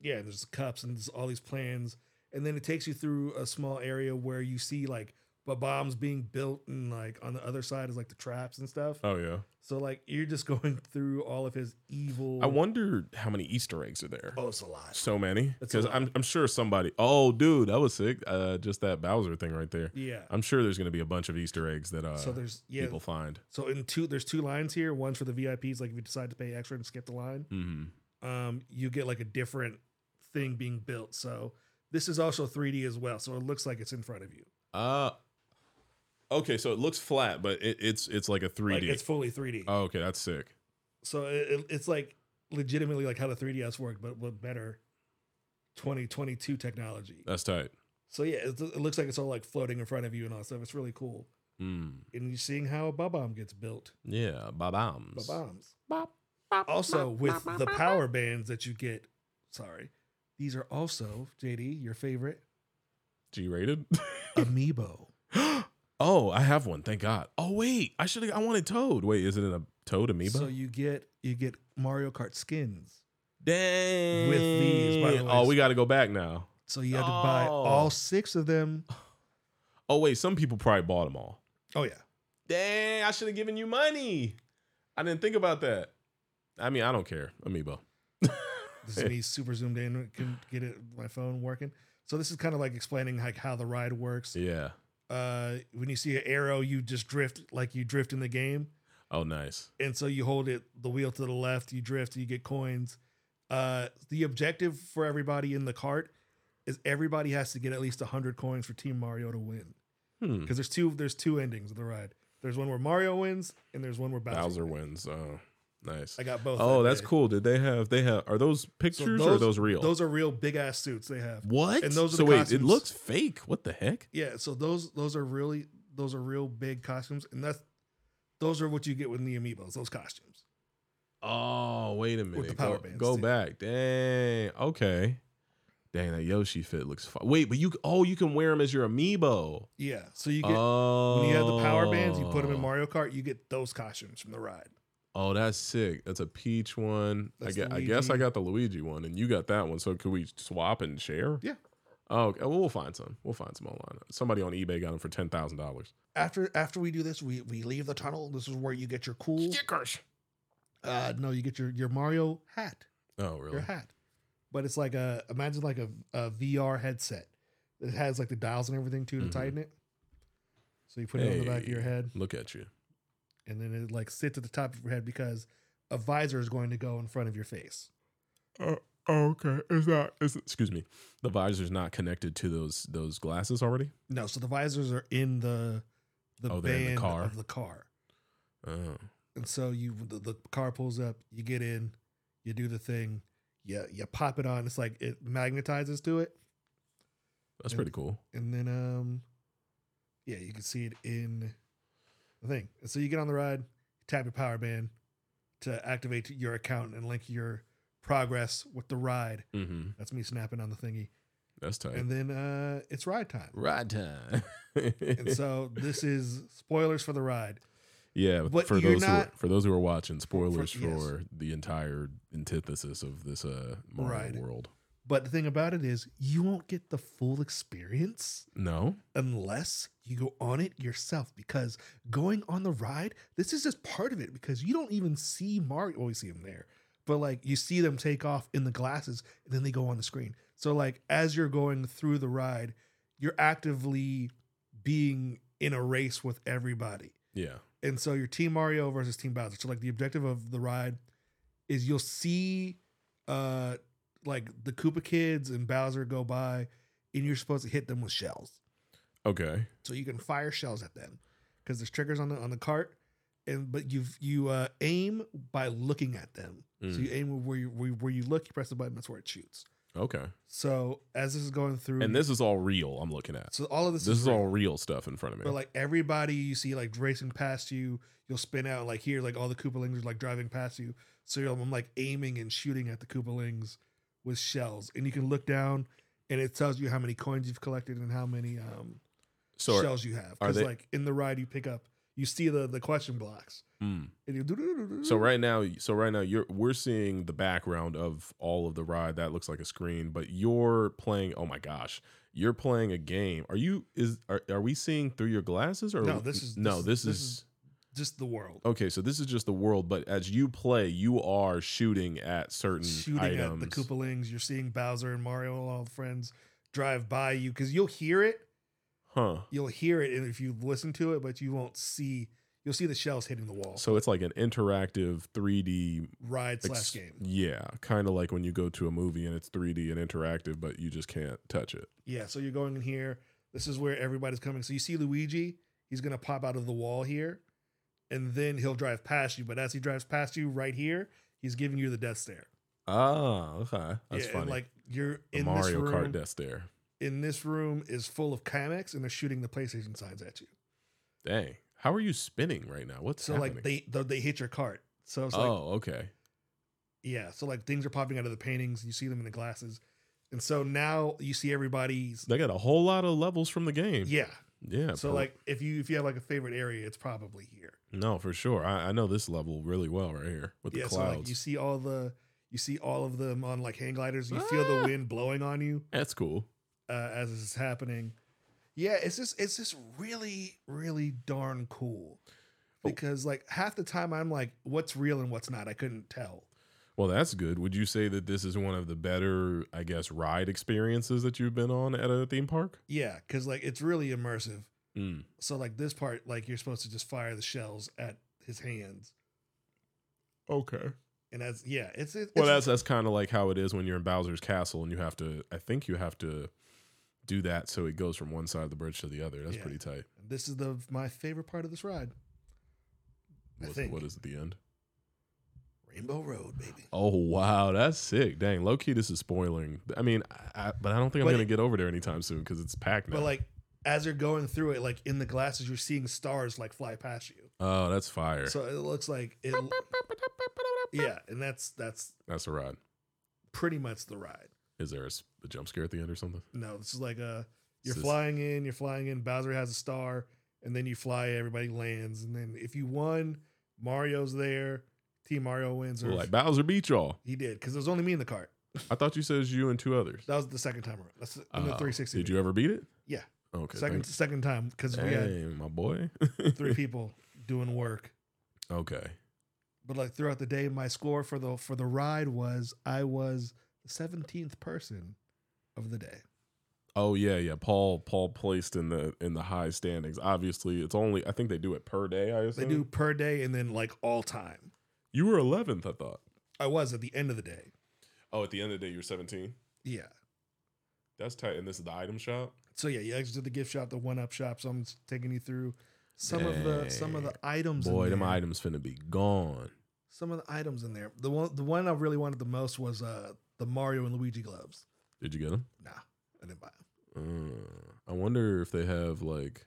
Speaker 2: yeah, there's cups and there's all these plans. And then it takes you through a small area where you see like but bombs being built and like on the other side is like the traps and stuff.
Speaker 1: Oh yeah.
Speaker 2: So like you're just [LAUGHS] going through all of his evil
Speaker 1: I wonder how many Easter eggs are there.
Speaker 2: Oh, it's a lot.
Speaker 1: So many
Speaker 2: That's a
Speaker 1: because
Speaker 2: lot.
Speaker 1: I'm I'm sure somebody. Oh, dude, that was sick. Uh, just that Bowser thing right there.
Speaker 2: Yeah.
Speaker 1: I'm sure there's going to be a bunch of Easter eggs that uh,
Speaker 2: so there's yeah.
Speaker 1: people find.
Speaker 2: So in two there's two lines here. One's for the VIPs, like if you decide to pay extra and skip the line.
Speaker 1: hmm
Speaker 2: um, you get like a different thing being built. So this is also 3D as well. So it looks like it's in front of you.
Speaker 1: Uh, okay, so it looks flat, but it, it's it's like a 3D.
Speaker 2: Like it's fully 3D.
Speaker 1: oh, okay, that's sick.
Speaker 2: so it, it- it's like legitimately like how the 3DS worked, but with better 2022 technology.
Speaker 1: That's tight.
Speaker 2: So yeah, it, it looks like it's all like floating in front of you and all that stuff. It's really cool.
Speaker 1: Mm.
Speaker 2: And you're seeing how a Bob-omb gets built.
Speaker 1: Yeah, ba-bombs.
Speaker 2: Bob-ombs.
Speaker 1: Bop,
Speaker 2: Also with the power bands that you get. Sorry. These are also, JD, your favorite
Speaker 1: G-rated. [GASPS]
Speaker 2: amiibo.
Speaker 1: oh, I have one. Thank God. Oh wait, I should. I wanted Toad. Wait, is it in a Toad amiibo?
Speaker 2: So you get you get Mario Kart skins.
Speaker 1: Dang.
Speaker 2: With these, by the way.
Speaker 1: Oh, we got to go back now.
Speaker 2: So you had to buy
Speaker 1: Oh.
Speaker 2: all six of them.
Speaker 1: Oh wait, some people probably bought them all.
Speaker 2: Oh yeah.
Speaker 1: Dang, I should have given you money. I didn't think about that. I mean, I don't care. Amiibo.
Speaker 2: This is me super zoomed in. Can get it my phone working. So this is kind of like explaining like how the ride works.
Speaker 1: Yeah.
Speaker 2: Uh, when you see an arrow, you just drift like you drift in the game,
Speaker 1: Oh, nice.
Speaker 2: and so you hold it the wheel to the left. You drift, you get coins. Uh, the objective for everybody in the cart is everybody has to get at least hundred coins for Team Mario to win
Speaker 1: Hmm.
Speaker 2: because there's two there's two endings of the ride. There's one where Mario wins, and there's one where Bowser.
Speaker 1: Bowser wins. Oh, nice.
Speaker 2: I got both.
Speaker 1: Oh,
Speaker 2: that
Speaker 1: that's
Speaker 2: day.
Speaker 1: cool. Did they have? They have? Are those pictures or are those real?
Speaker 2: Those are real big ass suits they have.
Speaker 1: what?
Speaker 2: and those are
Speaker 1: so
Speaker 2: the
Speaker 1: wait, it
Speaker 2: costumes.
Speaker 1: looks fake. What the heck?
Speaker 2: Yeah, so those those are really those are real big costumes, and that's those are what you get with the amiibos. Those costumes.
Speaker 1: Oh, wait a minute.
Speaker 2: the power
Speaker 1: go,
Speaker 2: bands,
Speaker 1: go
Speaker 2: too.
Speaker 1: back. Dang. Okay. Dang, that Yoshi fit looks fun. Wait, but you oh, you can wear them as your amiibo.
Speaker 2: Yeah, so you get
Speaker 1: oh,
Speaker 2: when you have the power bands, you put them in Mario Kart, you get those costumes from the ride.
Speaker 1: Oh, that's sick. That's a peach one. I
Speaker 2: That's
Speaker 1: guess, I guess I
Speaker 2: Luigi.
Speaker 1: got the Luigi one, and you got that one. So could we swap and share?
Speaker 2: Yeah.
Speaker 1: Oh, okay. well, we'll find some. We'll find some online. Somebody on eBay got them for ten thousand dollars.
Speaker 2: After after we do this, we we leave the tunnel. This is where you get your cool.
Speaker 1: Stickers.
Speaker 2: Uh, no, you get your your Mario hat,
Speaker 1: Oh, really?
Speaker 2: your hat, but it's like a imagine like a, a VR headset. It has like the dials and everything too to
Speaker 1: Mhm.
Speaker 2: tighten it. So you put it on the back of your
Speaker 1: Hey.
Speaker 2: head.
Speaker 1: Look at you.
Speaker 2: and then it like sits at the top of your head because a visor is going to go in front of your face.
Speaker 1: Uh, okay. Is that? Is excuse me. The visor's not connected to those those glasses already.
Speaker 2: No, so the visors are in the the
Speaker 1: Oh, they're in
Speaker 2: band
Speaker 1: the car.
Speaker 2: of the car,
Speaker 1: Oh.
Speaker 2: and so you the, the car pulls up, you get in, you do the thing, you you pop it on. It's like it magnetizes to it,
Speaker 1: That's
Speaker 2: Yeah.
Speaker 1: pretty cool.
Speaker 2: and then um, yeah, you can see it in the thing. And so you get on the ride, tap your power band to activate your account and link your progress with the ride.
Speaker 1: Mm-hmm.
Speaker 2: That's me snapping on the thingy.
Speaker 1: That's tight.
Speaker 2: and then uh, it's ride time.
Speaker 1: Ride time.
Speaker 2: [LAUGHS] And so this is spoilers for the ride.
Speaker 1: [LAUGHS] yeah,
Speaker 2: But
Speaker 1: for
Speaker 2: you're
Speaker 1: those who are,
Speaker 2: not-
Speaker 1: for those who are watching, spoilers for,
Speaker 2: yes.
Speaker 1: the entire antithesis of this uh Mario
Speaker 2: Right.
Speaker 1: world.
Speaker 2: But the thing about it is, you won't get the full experience
Speaker 1: No.
Speaker 2: unless you go on it yourself. Because going on the ride, this is just part of it. Because you don't even see Mario. Always see him there, but like you see them take off in the glasses, and then they go on the screen. So like as you're going through the ride, you're actively being in a race with everybody.
Speaker 1: Yeah.
Speaker 2: And so your Team Mario versus Team Bowser. So like the objective of the ride is you'll see uh like the Koopa kids and Bowser go by and you're supposed to hit them with shells.
Speaker 1: Okay.
Speaker 2: So you can fire shells at them because there's triggers on the on the cart and but you you uh aim by looking at them. So
Speaker 1: Mm.
Speaker 2: you aim where you where, you- where you look, you press the button, that's where it shoots.
Speaker 1: Okay.
Speaker 2: So as this is going through
Speaker 1: And this is all real. I'm looking at.
Speaker 2: so all of Mm. this,
Speaker 1: This is
Speaker 2: real.
Speaker 1: all real stuff in front of me.
Speaker 2: But like everybody you see like racing past you, you'll spin out like here, like all the Koopalings are like driving past you. So you're, I'm like aiming and shooting at the Koopalings with shells, and you can look down, and it tells you how many coins you've collected and how many um
Speaker 1: so are-
Speaker 2: shells you have.
Speaker 1: are
Speaker 2: Because
Speaker 1: they-
Speaker 2: like in the ride, you pick up, you see the the question blocks,
Speaker 1: mm.
Speaker 2: and you do
Speaker 1: so right now, so right now you're we're seeing the background of all of the ride that looks like a screen, but you're playing. Oh my gosh, you're playing a game. Are you is are, are we seeing through your glasses or
Speaker 2: No, this is-
Speaker 1: no
Speaker 2: this
Speaker 1: this, is,
Speaker 2: is- this is- just the world
Speaker 1: okay. So this is just the world, but as you play, you are shooting at certain
Speaker 2: shooting at
Speaker 1: items.
Speaker 2: the Koopalings. You're seeing Bowser and Mario and all the friends drive by you because you'll hear it.
Speaker 1: huh?
Speaker 2: you'll hear it and if you listen to it, but you won't see. You'll see the shells hitting the wall.
Speaker 1: So it's like an interactive 3D
Speaker 2: ride
Speaker 1: ex-
Speaker 2: slash game.
Speaker 1: Yeah, kind of like when you go to a movie and it's 3D and interactive, but you just can't touch it.
Speaker 2: Yeah. So you're going in here. This is where everybody's coming. So you see Luigi. He's gonna pop out of the wall here, and then he'll drive past you. But as he drives past you, right here, he's giving you the death stare.
Speaker 1: Oh, okay, that's
Speaker 2: yeah, and,
Speaker 1: funny.
Speaker 2: like you're
Speaker 1: the
Speaker 2: in this
Speaker 1: Mario
Speaker 2: room.
Speaker 1: Kart death there.
Speaker 2: In this room is full of Kamex, and they're shooting the PlayStation signs at you.
Speaker 1: Dang, how are you spinning right now? What's
Speaker 2: So
Speaker 1: happening?
Speaker 2: like they though they hit your cart. So it's like
Speaker 1: oh, okay.
Speaker 2: yeah. So like things are popping out of the paintings. You see them in the glasses, and so now you see everybody's
Speaker 1: They got a whole lot of levels from the game.
Speaker 2: Yeah.
Speaker 1: Yeah,
Speaker 2: So
Speaker 1: per-
Speaker 2: like if you if you have like a favorite area, it's probably here.
Speaker 1: no, for sure. I, I know this level really well right here with the
Speaker 2: yeah. So
Speaker 1: clouds.
Speaker 2: like you see all the you see all of them on like hang gliders. You feel the
Speaker 1: Ah!
Speaker 2: wind blowing on you
Speaker 1: that's cool.
Speaker 2: uh, as this is happening. Yeah, it's just it's just really really darn cool
Speaker 1: Oh.
Speaker 2: because like half the time I'm like, what's real and what's not? I couldn't tell.
Speaker 1: Well, that's good. Would you say that this is one of the better, I guess, ride experiences that you've been on at a theme park?
Speaker 2: Yeah, because like it's really immersive.
Speaker 1: Mm.
Speaker 2: So like this part, like you're supposed to just fire the shells at his hands,
Speaker 1: Okay.
Speaker 2: and as yeah, it's it,
Speaker 1: Well, that's
Speaker 2: it's
Speaker 1: that's kind of like how it is when you're in Bowser's castle and you have to. I think you have to do that so it goes from one side of the bridge to the other. That's
Speaker 2: Yeah.
Speaker 1: pretty tight.
Speaker 2: this is the my favorite part of this ride. I
Speaker 1: What,
Speaker 2: think.
Speaker 1: what is at the end?
Speaker 2: Rainbow Road, baby.
Speaker 1: Oh wow, that's sick! Dang, low key, this is spoiling. I mean, I, I, but I don't think I'm
Speaker 2: But
Speaker 1: gonna
Speaker 2: it-
Speaker 1: get over there anytime soon because it's packed now.
Speaker 2: But like as you're going through it, like in the glasses, you're seeing stars like fly past you.
Speaker 1: oh, that's fire!
Speaker 2: So it looks like it. Yeah, and that's that's
Speaker 1: that's a ride.
Speaker 2: pretty much the ride.
Speaker 1: Is there a, s- a jump scare at the end or something?
Speaker 2: No, this is like a you're
Speaker 1: This is-
Speaker 2: flying in, you're flying in. Bowser has a star, and then you fly. Everybody lands, and then if you won, Mario's there. Team Mario wins. Or
Speaker 1: We're like Bowser beat y'all.
Speaker 2: he did because it was only me in the cart.
Speaker 1: I thought you said it was you and two others.
Speaker 2: That was the second time around. That's in the
Speaker 1: Oh,
Speaker 2: 360.
Speaker 1: Did you ever beat it?
Speaker 2: Yeah.
Speaker 1: Okay.
Speaker 2: second
Speaker 1: thanks.
Speaker 2: second time because we had
Speaker 1: Dang, my boy.
Speaker 2: three people doing work.
Speaker 1: [LAUGHS] okay.
Speaker 2: but like throughout the day my score for the for the ride was i was the 17th person of the day
Speaker 1: Oh yeah, yeah. Paul Paul placed in the in the high standings. Obviously, it's only I think they do it per day. I
Speaker 2: they
Speaker 1: assume
Speaker 2: do per day and then like all time
Speaker 1: You were eleventh, I thought.
Speaker 2: i was at the end of the day
Speaker 1: Oh, at the end of the day, you're seventeen.
Speaker 2: yeah
Speaker 1: That's tight. And this is the item shop.
Speaker 2: so yeah you exited the gift shop the one up shop so i'm just taking you through some of the some of the items in
Speaker 1: Boy, them
Speaker 2: there.
Speaker 1: items finna be gone.
Speaker 2: some of the items in there the one the one i really wanted the most was uh the mario and luigi gloves
Speaker 1: Did you get them?
Speaker 2: nah i didn't buy them
Speaker 1: Uh, I wonder if they have like.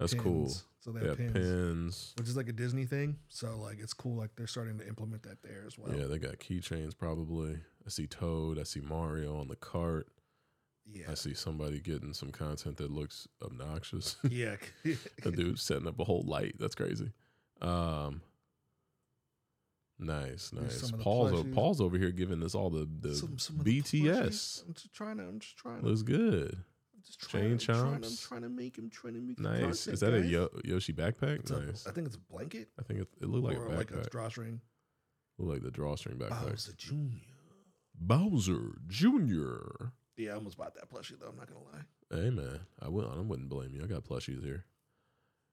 Speaker 1: That's cool.
Speaker 2: Pins. so they
Speaker 1: They
Speaker 2: have
Speaker 1: have
Speaker 2: pins,
Speaker 1: pins.
Speaker 2: which is like a disney thing so like it's cool like they're starting to implement that there as well
Speaker 1: Yeah, they got keychains probably. I see Toad. I see Mario on the cart.
Speaker 2: yeah
Speaker 1: I see somebody getting some content that looks obnoxious.
Speaker 2: [LAUGHS]
Speaker 1: [LAUGHS]
Speaker 2: Yeah.
Speaker 1: The dude setting up a whole light. That's crazy. Um, Nice,
Speaker 2: There's
Speaker 1: nice.
Speaker 2: some of the
Speaker 1: Paul's o-
Speaker 2: plushies.
Speaker 1: Paul's over here giving us all the the
Speaker 2: [LAUGHS] Some- some of the
Speaker 1: BTS.
Speaker 2: plushies. I'm just trying to. I'm just trying to.
Speaker 1: Looks good.
Speaker 2: I'm just trying,
Speaker 1: Chain
Speaker 2: I'm trying, I'm
Speaker 1: chomps.
Speaker 2: trying to make. I'm trying to make.
Speaker 1: Nice.
Speaker 2: Content,
Speaker 1: Is that a
Speaker 2: guys.
Speaker 1: Yo- Yoshi backpack?
Speaker 2: It's a-
Speaker 1: nice.
Speaker 2: I think it's a blanket
Speaker 1: I think it, it looked like a
Speaker 2: or
Speaker 1: backpack.
Speaker 2: like a drawstring.
Speaker 1: looked like the drawstring
Speaker 2: Oh,
Speaker 1: backpack.
Speaker 2: it's a junior.
Speaker 1: Bowser Jr.
Speaker 2: Yeah, I almost bought that plushie though. I'm not gonna lie.
Speaker 1: Hey man, I wouldn't I wouldn't blame you. I got plushies here.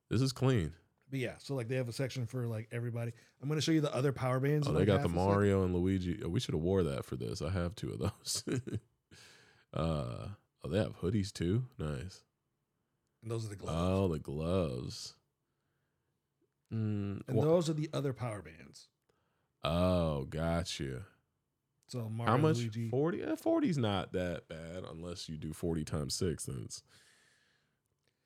Speaker 1: This is clean.
Speaker 2: But yeah, so like they have a section for like everybody. I'm gonna show you the other power bands.
Speaker 1: Oh,
Speaker 2: in,
Speaker 1: they
Speaker 2: like,
Speaker 1: got
Speaker 2: half
Speaker 1: the
Speaker 2: a sec-
Speaker 1: Mario and Luigi. Oh, we should have wore that for this. I have two of those. [LAUGHS] uh, oh, they have hoodies too. Nice.
Speaker 2: And those are the gloves.
Speaker 1: Oh, the gloves. Mm,
Speaker 2: and
Speaker 1: wha-
Speaker 2: those are the other power bands.
Speaker 1: oh, got you.
Speaker 2: So Mario,
Speaker 1: How much?
Speaker 2: Luigi.
Speaker 1: Forty. Eh, Forty's not that bad unless you do forty times six. Then it's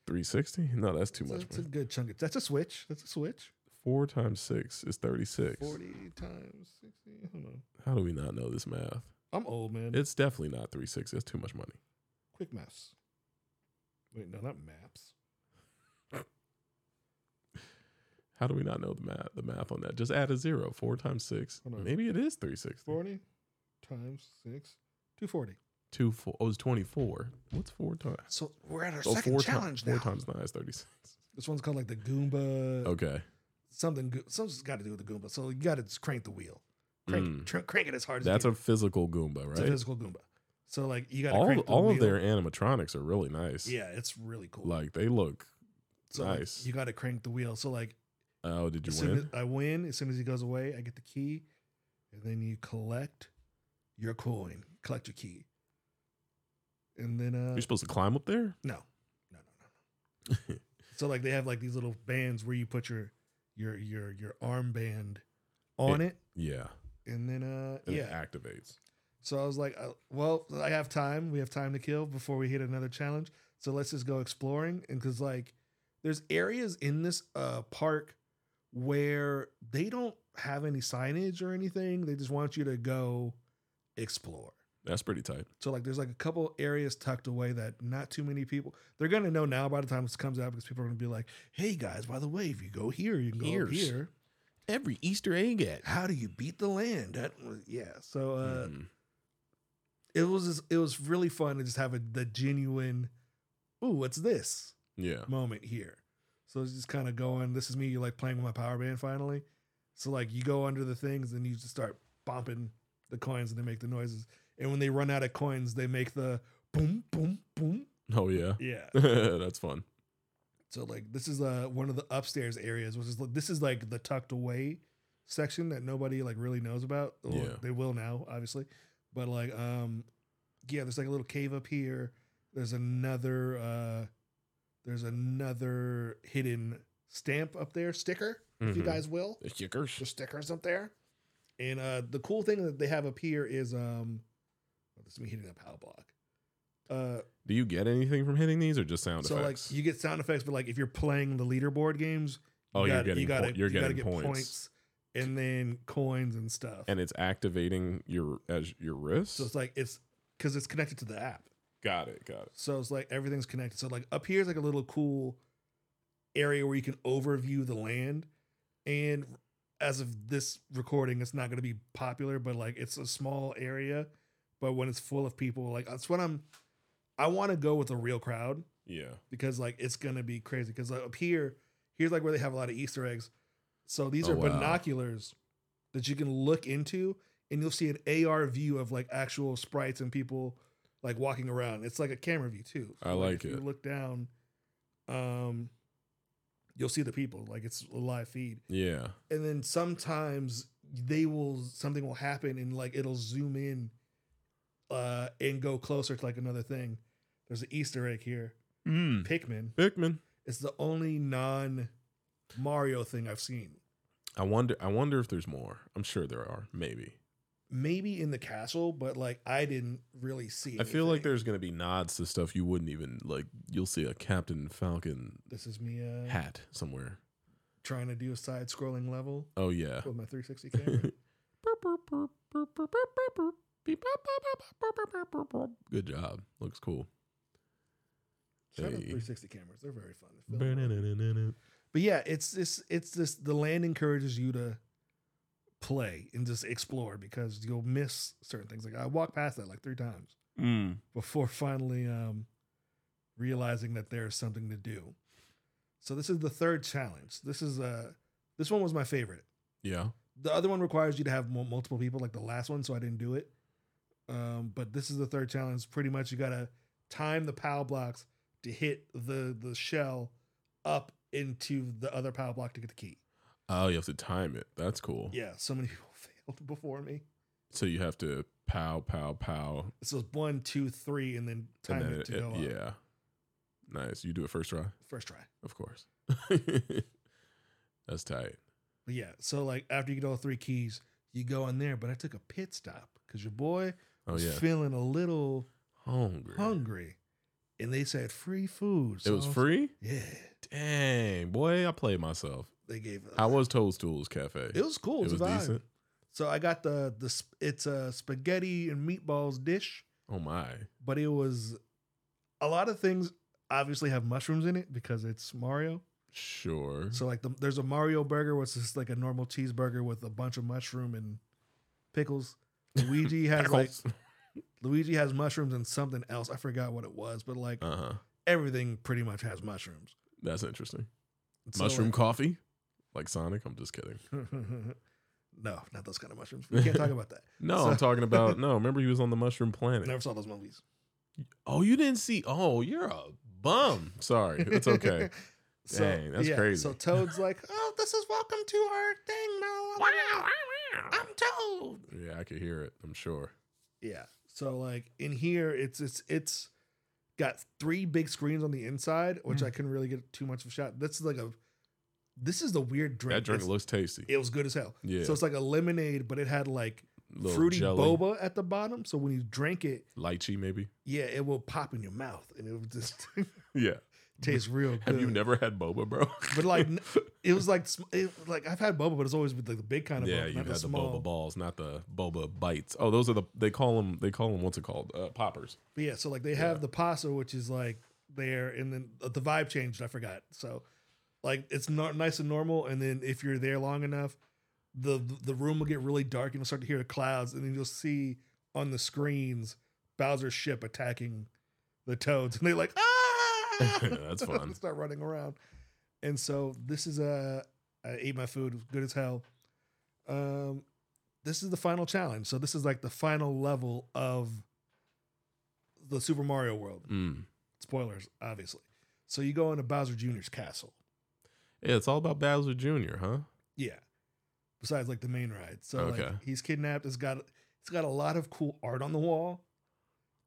Speaker 1: three sixty. No, that's too
Speaker 2: So
Speaker 1: much.
Speaker 2: That's a
Speaker 1: man.
Speaker 2: good chunk. Of, that's a switch. That's a switch.
Speaker 1: Four times six is thirty six.
Speaker 2: Forty times sixty. I don't know.
Speaker 1: How do we not know this math?
Speaker 2: I'm old man.
Speaker 1: It's definitely not three sixty. That's too much money.
Speaker 2: Quick maps. Wait, no, not maps.
Speaker 1: How do we not know the math? The math on that. Just add a zero. Four times six.
Speaker 2: Hold on.
Speaker 1: Maybe it is three sixty.
Speaker 2: Forty times six, two forty.
Speaker 1: Two four. Oh, it's twenty four. What's four times?
Speaker 2: So we're at our
Speaker 1: Oh,
Speaker 2: second
Speaker 1: four ti-
Speaker 2: challenge now.
Speaker 1: Four times Oh, nine is thirty six.
Speaker 2: This one's called like the Goomba.
Speaker 1: Okay.
Speaker 2: Something. Go- Something's got to do with the Goomba. So you got to just crank the wheel. Crank,
Speaker 1: Mm.
Speaker 2: tr- crank it as hard as
Speaker 1: That's
Speaker 2: you
Speaker 1: a physical Goomba,
Speaker 2: can. It's a
Speaker 1: right?
Speaker 2: physical Goomba. So like you got to
Speaker 1: All
Speaker 2: crank the
Speaker 1: all
Speaker 2: wheel.
Speaker 1: of their animatronics are really nice.
Speaker 2: Yeah, it's really cool.
Speaker 1: Like they look.
Speaker 2: so like,
Speaker 1: nice.
Speaker 2: you got to crank the wheel. So like
Speaker 1: Oh, did you
Speaker 2: as soon as
Speaker 1: win?
Speaker 2: I win, as soon as he goes away, I get the key, and then you collect your coin, collect your key, and then uh,
Speaker 1: You're supposed to climb up there.
Speaker 2: No, no, no, no,
Speaker 1: [LAUGHS]
Speaker 2: no. so like they have like these little bands where you put your your your your armband on it,
Speaker 1: Yeah.
Speaker 2: and then uh
Speaker 1: And It
Speaker 2: yeah.
Speaker 1: activates.
Speaker 2: So I was like, uh, well, I have time. We have time to kill before we hit another challenge. So let's just go exploring, and because like there's areas in this uh park where they don't have any signage or anything. They just want you to go explore.
Speaker 1: That's pretty tight.
Speaker 2: So like there's like a couple areas tucked away that not too many people they're gonna know now by the time this comes out because people are gonna be like, hey guys, by the way, if you go here, you can go up
Speaker 1: Here's-
Speaker 2: here.
Speaker 1: Every Easter egg at.
Speaker 2: How do you beat the land? That was- yeah. So uh
Speaker 1: Mm-hmm.
Speaker 2: it was just, it was really fun to just have a the genuine, ooh, what's this
Speaker 1: yeah.
Speaker 2: moment here. So it's just kind of going, this is me, you're like playing with my power band finally. So like you go under the things and you just start bumping the coins and they make the noises. And when they run out of coins, they make the boom, boom, boom,
Speaker 1: Oh yeah. [LAUGHS]
Speaker 2: Yeah.
Speaker 1: That's fun.
Speaker 2: So like this is uh one of the upstairs areas, which is this is like the tucked away section that nobody like really knows about. Well,
Speaker 1: Yeah.
Speaker 2: They will now, obviously. But like um yeah, there's like a little cave up here. There's another uh there's another hidden stamp up there, sticker, if you
Speaker 1: Mhm.
Speaker 2: guys will.
Speaker 1: It's your curse.
Speaker 2: The stickers up there. And uh the cool thing that they have up here is um this is me hitting a power block. Uh
Speaker 1: Do you get anything from hitting these, or just sound
Speaker 2: so
Speaker 1: effects?
Speaker 2: like you get sound effects, but like if you're playing the leaderboard games,
Speaker 1: oh,
Speaker 2: you
Speaker 1: you're
Speaker 2: gotta-
Speaker 1: getting
Speaker 2: you gotta,
Speaker 1: po- you're
Speaker 2: you gotta
Speaker 1: getting
Speaker 2: get
Speaker 1: points.
Speaker 2: and then coins and stuff.
Speaker 1: and it's activating your as your wrist.
Speaker 2: so it's like it's because it's connected to the app,
Speaker 1: got it. Got it.
Speaker 2: so it's like everything's connected. So like up here's like a little cool area where you can overview the land, and as of this recording, it's not going to be popular, but like it's a small area. But when it's full of people, like that's what I'm. I want to go with a real crowd.
Speaker 1: Yeah.
Speaker 2: because like it's gonna be crazy. Because like, up here, here's like where they have a lot of Easter eggs. So these
Speaker 1: Oh,
Speaker 2: are
Speaker 1: wow.
Speaker 2: binoculars that you can look into, and you'll see an AR view of like actual sprites and people like walking around. It's like a camera view too.
Speaker 1: I like
Speaker 2: if You
Speaker 1: it.
Speaker 2: look down, um, you'll see the people. Like it's a live feed,
Speaker 1: Yeah.
Speaker 2: and then sometimes they will something will happen and like it'll zoom in, uh, and go closer to like another thing. There's an Easter egg here,
Speaker 1: Mm.
Speaker 2: Pikmin.
Speaker 1: Pikmin.
Speaker 2: It's the only non Mario thing I've seen.
Speaker 1: I wonder. I wonder if there's more. I'm sure there are. Maybe.
Speaker 2: Maybe in the castle, but like I didn't really see.
Speaker 1: I feel like
Speaker 2: anything.
Speaker 1: there's gonna be nods to stuff you wouldn't even like. You'll see a Captain Falcon
Speaker 2: This is me uh,
Speaker 1: hat somewhere.
Speaker 2: trying to do a side scrolling level
Speaker 1: Oh yeah.
Speaker 2: with my 360 camera.
Speaker 1: Good job. Looks cool.
Speaker 2: Shout out
Speaker 1: Hey.
Speaker 2: 360 cameras. They're very fun. to film.
Speaker 1: Ba-na-na-na-na-na.
Speaker 2: But yeah, it's this. It's this. The land encourages you to play and just explore because you'll miss certain things. Like I walked past that like three times
Speaker 4: Mm.
Speaker 2: before finally um, realizing that there's something to do. So this is the third challenge. This is uh this one was my favorite.
Speaker 1: Yeah.
Speaker 2: The other one requires you to have mul- multiple people, like the last one, so I didn't do it. Um, but this is the third challenge. Pretty much, you gotta time the power blocks to hit the the shell up into the other power block to get the key.
Speaker 1: Oh, you have to time it. That's cool.
Speaker 2: Yeah, so many [LAUGHS] people failed before me.
Speaker 1: So you have to pow, pow, pow.
Speaker 2: So it's one, two, three, and then time
Speaker 1: and then
Speaker 2: it to go up.
Speaker 1: Yeah. Nice. You do it first try,
Speaker 2: First try.
Speaker 1: of course. That's tight.
Speaker 2: But yeah, so like after you get all three keys, you go in there. But I took a pit stop because your boy
Speaker 1: Oh
Speaker 2: was
Speaker 1: yeah.
Speaker 2: feeling a little
Speaker 1: Hungry.
Speaker 2: hungry, and they said free food.
Speaker 1: It
Speaker 2: so
Speaker 1: was
Speaker 2: I
Speaker 1: free?
Speaker 2: Yeah,
Speaker 1: Dang, boy, I played myself.
Speaker 2: they gave. us-
Speaker 1: I was Toadstools Cafe.
Speaker 2: It was cool.
Speaker 1: It
Speaker 2: It's
Speaker 1: was
Speaker 2: a vibe.
Speaker 1: decent.
Speaker 2: So I got the the sp- it's a spaghetti and meatballs dish,
Speaker 1: Oh my.
Speaker 2: but it was a lot of things. Obviously, have mushrooms in it because it's Mario.
Speaker 1: Mm-hmm. Sure.
Speaker 2: So like the, there's a Mario burger, which is like a normal cheeseburger with a bunch of mushroom and pickles. Luigi has like Luigi has mushrooms and something else. I forgot what it was, but like
Speaker 1: uh huh.
Speaker 2: everything pretty much has mushrooms.
Speaker 1: That's interesting.
Speaker 2: So,
Speaker 1: Mushroom coffee? Like Sonic? I'm just kidding.
Speaker 2: like- [LAUGHS] no, not those kind of mushrooms. We can't
Speaker 1: [LAUGHS]
Speaker 2: talk about that.
Speaker 1: No,
Speaker 2: So-
Speaker 1: I'm talking
Speaker 2: [LAUGHS]
Speaker 1: about no, remember he was on the mushroom planet.
Speaker 2: Never saw those movies.
Speaker 1: Oh, you didn't see oh, you're a bum. Sorry. It's
Speaker 2: [LAUGHS]
Speaker 1: okay.
Speaker 2: so,
Speaker 1: Dang, that's crazy.
Speaker 2: So Toad's like, oh, this is welcome to our thing, Mom. I'm Toad.
Speaker 1: yeah, I could hear it, I'm sure.
Speaker 2: Yeah. So like in here, it's it's it's got three big screens on the inside,
Speaker 1: Hmm.
Speaker 2: which I couldn't really get too much of a shot. This is like a this is the weird drink.
Speaker 1: That drink
Speaker 2: It's-
Speaker 1: looks tasty.
Speaker 2: it was good as hell.
Speaker 1: Yeah.
Speaker 2: So it's like a lemonade, but it had like
Speaker 1: Little
Speaker 2: fruity
Speaker 1: jelly.
Speaker 2: boba at the bottom. So when you drink it,
Speaker 1: Lychee, maybe? [LAUGHS]
Speaker 2: yeah, it will pop in your mouth and it will just [LAUGHS]
Speaker 1: Yeah. [LAUGHS]
Speaker 2: taste real good.
Speaker 1: Have you never had boba, bro?
Speaker 2: [LAUGHS]
Speaker 1: [LAUGHS]
Speaker 2: But like, n- it was like sm- it, like I've had boba, but it's always with like the big kind of
Speaker 1: Yeah,
Speaker 2: boba,
Speaker 1: you've
Speaker 2: not the
Speaker 1: had the
Speaker 2: small.
Speaker 1: boba balls, not the boba bites. Oh, those are the they call them they call them what's it called uh, poppers. [LAUGHS]
Speaker 2: But yeah, so like they have the pasta, which is like there, and then uh, the vibe changed. I forgot. So like it's not nice and normal, and then if you're there long enough, the the room will get really dark, and you'll start to hear the clouds, and then you'll see on the screens Bowser's ship attacking the toads, [LAUGHS] and they're like ah, [LAUGHS]
Speaker 1: That's fun.
Speaker 2: They start running around, and so this is a I ate my food, it was good as hell. Um, this is the final challenge. So this is like the final level of the Super Mario World.
Speaker 1: Mm.
Speaker 2: Spoilers, obviously. So you go into Bowser Jr.'s castle.
Speaker 1: Yeah, it's all about Bowser Jr., huh?
Speaker 2: Yeah. Besides like the main ride. So
Speaker 1: Okay.
Speaker 2: like he's kidnapped. It's got it's got a lot of cool art on the wall.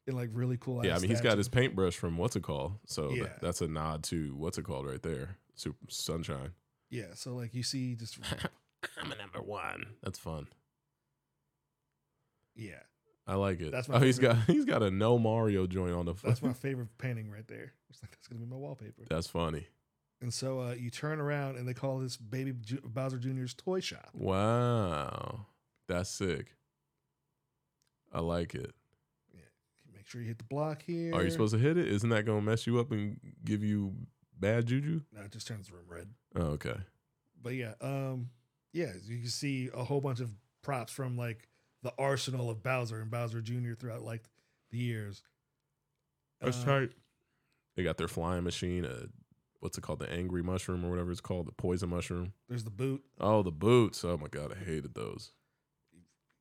Speaker 2: And like really cool.
Speaker 1: yeah, I
Speaker 2: ass
Speaker 1: mean he's got
Speaker 2: statues.
Speaker 1: his paintbrush from what's it called, so tha-
Speaker 2: Yeah.
Speaker 1: that's a nod to what's it called right there, Super Sunshine.
Speaker 2: Yeah. So like you
Speaker 1: [LAUGHS]
Speaker 2: see just
Speaker 1: I'm a number one. That's fun.
Speaker 2: yeah.
Speaker 1: I like it.
Speaker 2: That's my
Speaker 1: oh, he's got [LAUGHS]
Speaker 2: favorite.
Speaker 1: he's got a no Mario joint on the. Front. [LAUGHS]
Speaker 2: That's my favorite painting right there. It's like that's gonna be my wallpaper.
Speaker 1: That's funny.
Speaker 2: And so uh, you turn around and they call this baby Ju- Bowser Jr.'s toy shop.
Speaker 1: Wow, that's sick. I like it.
Speaker 2: Make sure you hit the block here.
Speaker 1: Are you supposed to hit it? Isn't that gonna mess you up and give you bad juju?
Speaker 2: No, it just turns the room red.
Speaker 1: Oh, okay.
Speaker 2: But yeah, um, yeah, you can see a whole bunch of props from like the arsenal of Bowser and Bowser Jr. throughout like the years. Uh,
Speaker 1: They got their flying machine, uh what's it called? The angry mushroom or whatever it's called, the poison mushroom.
Speaker 2: There's the boot.
Speaker 1: Oh, the boots. Oh my god, I hated those.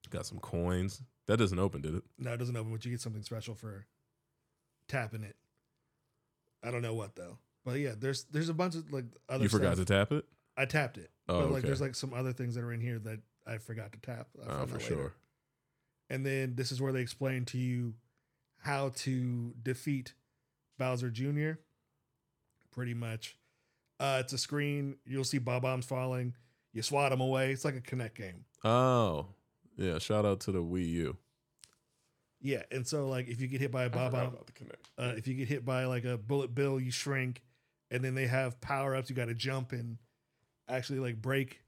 Speaker 1: Got some coins. That doesn't open, did it?
Speaker 2: No, it doesn't open, but you get something special for tapping it. I don't know what though. But yeah, there's there's a bunch of like other.
Speaker 1: you forgot
Speaker 2: stuff.
Speaker 1: to tap it?
Speaker 2: I tapped it.
Speaker 1: Oh,
Speaker 2: but like
Speaker 1: okay.
Speaker 2: there's like some other things that are in here that I forgot to tap. I
Speaker 1: Oh,
Speaker 2: found
Speaker 1: for
Speaker 2: out later.
Speaker 1: sure.
Speaker 2: And then this is where they explain to you how to defeat Bowser Jr. Pretty much. Uh, it's a screen. You'll see Bob Bombs falling. You swat him away. It's like a Connect game.
Speaker 1: Oh. Yeah, shout out to the Wii U.
Speaker 2: Yeah. And so, like, if you get hit by a
Speaker 1: I forgot
Speaker 2: Bob Bomb,
Speaker 1: about the Kinect.
Speaker 2: uh, if you get hit by like a Bullet Bill, you shrink. And then they have power ups. You got to jump and actually like break.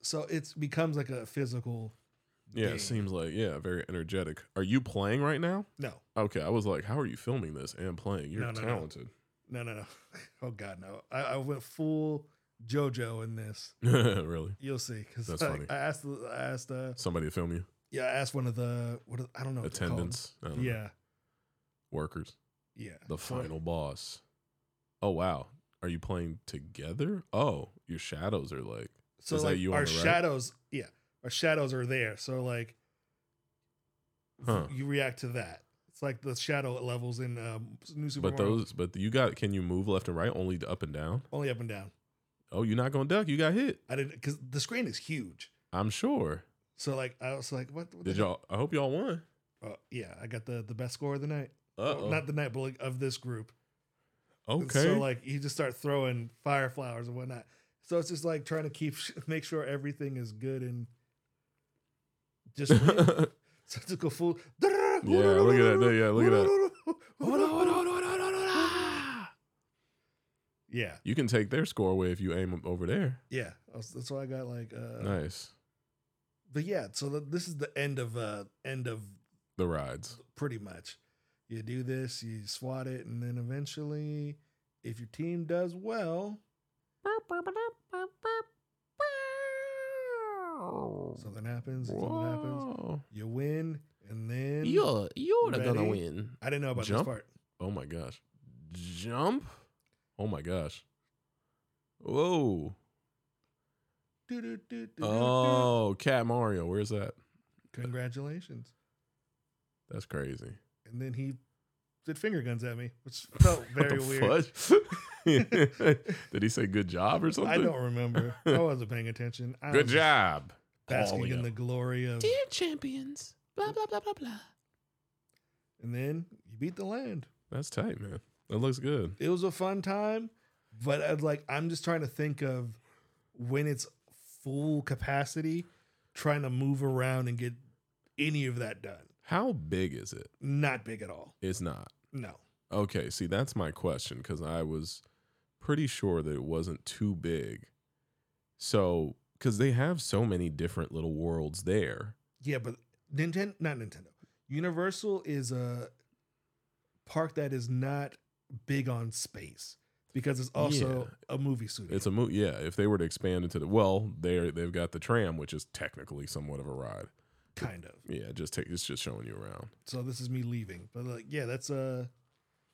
Speaker 2: So it's becomes like a physical.
Speaker 1: Yeah,
Speaker 2: game.
Speaker 1: it seems like yeah, very energetic. Are you playing right now?
Speaker 2: No,
Speaker 1: Okay, I was like, how are you filming this and playing? You're
Speaker 2: No, [LAUGHS] no, no.
Speaker 1: talented.
Speaker 2: No, no, no. Oh God, no. I, I went full JoJo in this.
Speaker 1: [LAUGHS] really?
Speaker 2: You'll see. Because
Speaker 1: That's
Speaker 2: [LAUGHS] I,
Speaker 1: funny.
Speaker 2: I asked, I asked, uh,
Speaker 1: Somebody to film you?
Speaker 2: yeah, I asked one of the what? are- I don't know what they're called.
Speaker 1: Attendants? I don't know.
Speaker 2: Yeah,
Speaker 1: um, Workers?
Speaker 2: yeah.
Speaker 1: The
Speaker 2: So-
Speaker 1: final boss. Oh, wow. Are you playing together? Oh, your shadows are like.
Speaker 2: So
Speaker 1: Is that
Speaker 2: like
Speaker 1: you on
Speaker 2: our
Speaker 1: the right?
Speaker 2: shadows, yeah, our shadows are there. So like,
Speaker 1: Huh.
Speaker 2: you react to that. It's like the shadow levels in um, New Super
Speaker 1: But
Speaker 2: Mario.
Speaker 1: those, but you got, can you move left and right only to up and down?
Speaker 2: only up and down.
Speaker 1: Oh, you're not going to duck. You got hit.
Speaker 2: I didn't because the screen is huge. So like, I was like, what? what the
Speaker 1: Did y'all, I hope y'all won.
Speaker 2: heck? Uh, yeah, I got the the best score of the night.
Speaker 1: Uh
Speaker 2: Not the night, but like of this group.
Speaker 1: oh.
Speaker 2: And
Speaker 1: Okay. [LAUGHS]
Speaker 2: So like [LAUGHS] you just start throwing fire flowers and whatnot. So it's just like trying to keep [LAUGHS] make sure everything is good and
Speaker 1: [LAUGHS]
Speaker 2: just win. so to go full. Yeah,
Speaker 1: look at that. Yeah, look at
Speaker 2: that.
Speaker 1: Hold on, hold on, hold on, hold on, hold on.
Speaker 2: [LAUGHS] Yeah,
Speaker 1: You can take their score away if you aim over there.
Speaker 2: yeah. I was- That's why I got like. Uh,
Speaker 1: nice.
Speaker 2: But yeah, so th- this is the end of uh end of
Speaker 1: The rides.
Speaker 2: pretty much. You do this, you swat it, and then eventually, if your team does well, something happens. Something happens.
Speaker 1: Whoa.
Speaker 2: You win, and then
Speaker 1: You're you're
Speaker 2: Ready?
Speaker 1: gonna win.
Speaker 2: I didn't know about
Speaker 1: Jump?
Speaker 2: this part.
Speaker 1: Oh my gosh. Jump. Oh my gosh. Whoa.
Speaker 2: Do, do, do, do, do, do.
Speaker 1: Oh, Cat Mario. Where's that?
Speaker 2: Congratulations!
Speaker 1: That's crazy.
Speaker 2: And then he did finger guns at me,
Speaker 1: [LAUGHS]
Speaker 2: which felt very weird.
Speaker 1: weird. [LAUGHS]
Speaker 2: [LAUGHS]
Speaker 1: Did he say good job or something?
Speaker 2: I don't remember.
Speaker 1: [LAUGHS]
Speaker 2: I wasn't paying attention. I
Speaker 1: Good
Speaker 2: was
Speaker 1: job.
Speaker 2: Basking
Speaker 1: Paulio.
Speaker 2: in the glory of,
Speaker 4: Dear champions, blah, blah, blah, blah, blah.
Speaker 2: and then you beat the land.
Speaker 1: That's tight, man. That looks good.
Speaker 2: it was a fun time, but I'd like I'm just trying to think of when it's full capacity, trying to move around and get any of that done.
Speaker 1: How big is it?
Speaker 2: Not big at all.
Speaker 1: It's not.
Speaker 2: No.
Speaker 1: Okay, see, that's my question because I was pretty sure that it wasn't too big. So, because they have so many different little worlds there.
Speaker 2: Yeah, but Nintendo not Nintendo. Universal is a park that is not big on space because it's also a movie studio.
Speaker 1: It's a mo Yeah, if they were to expand into the well, there they've got the tram, which is technically somewhat of a ride.
Speaker 2: kind of.
Speaker 1: Yeah, just take it's just showing you around.
Speaker 2: So this is me leaving. But like yeah, that's uh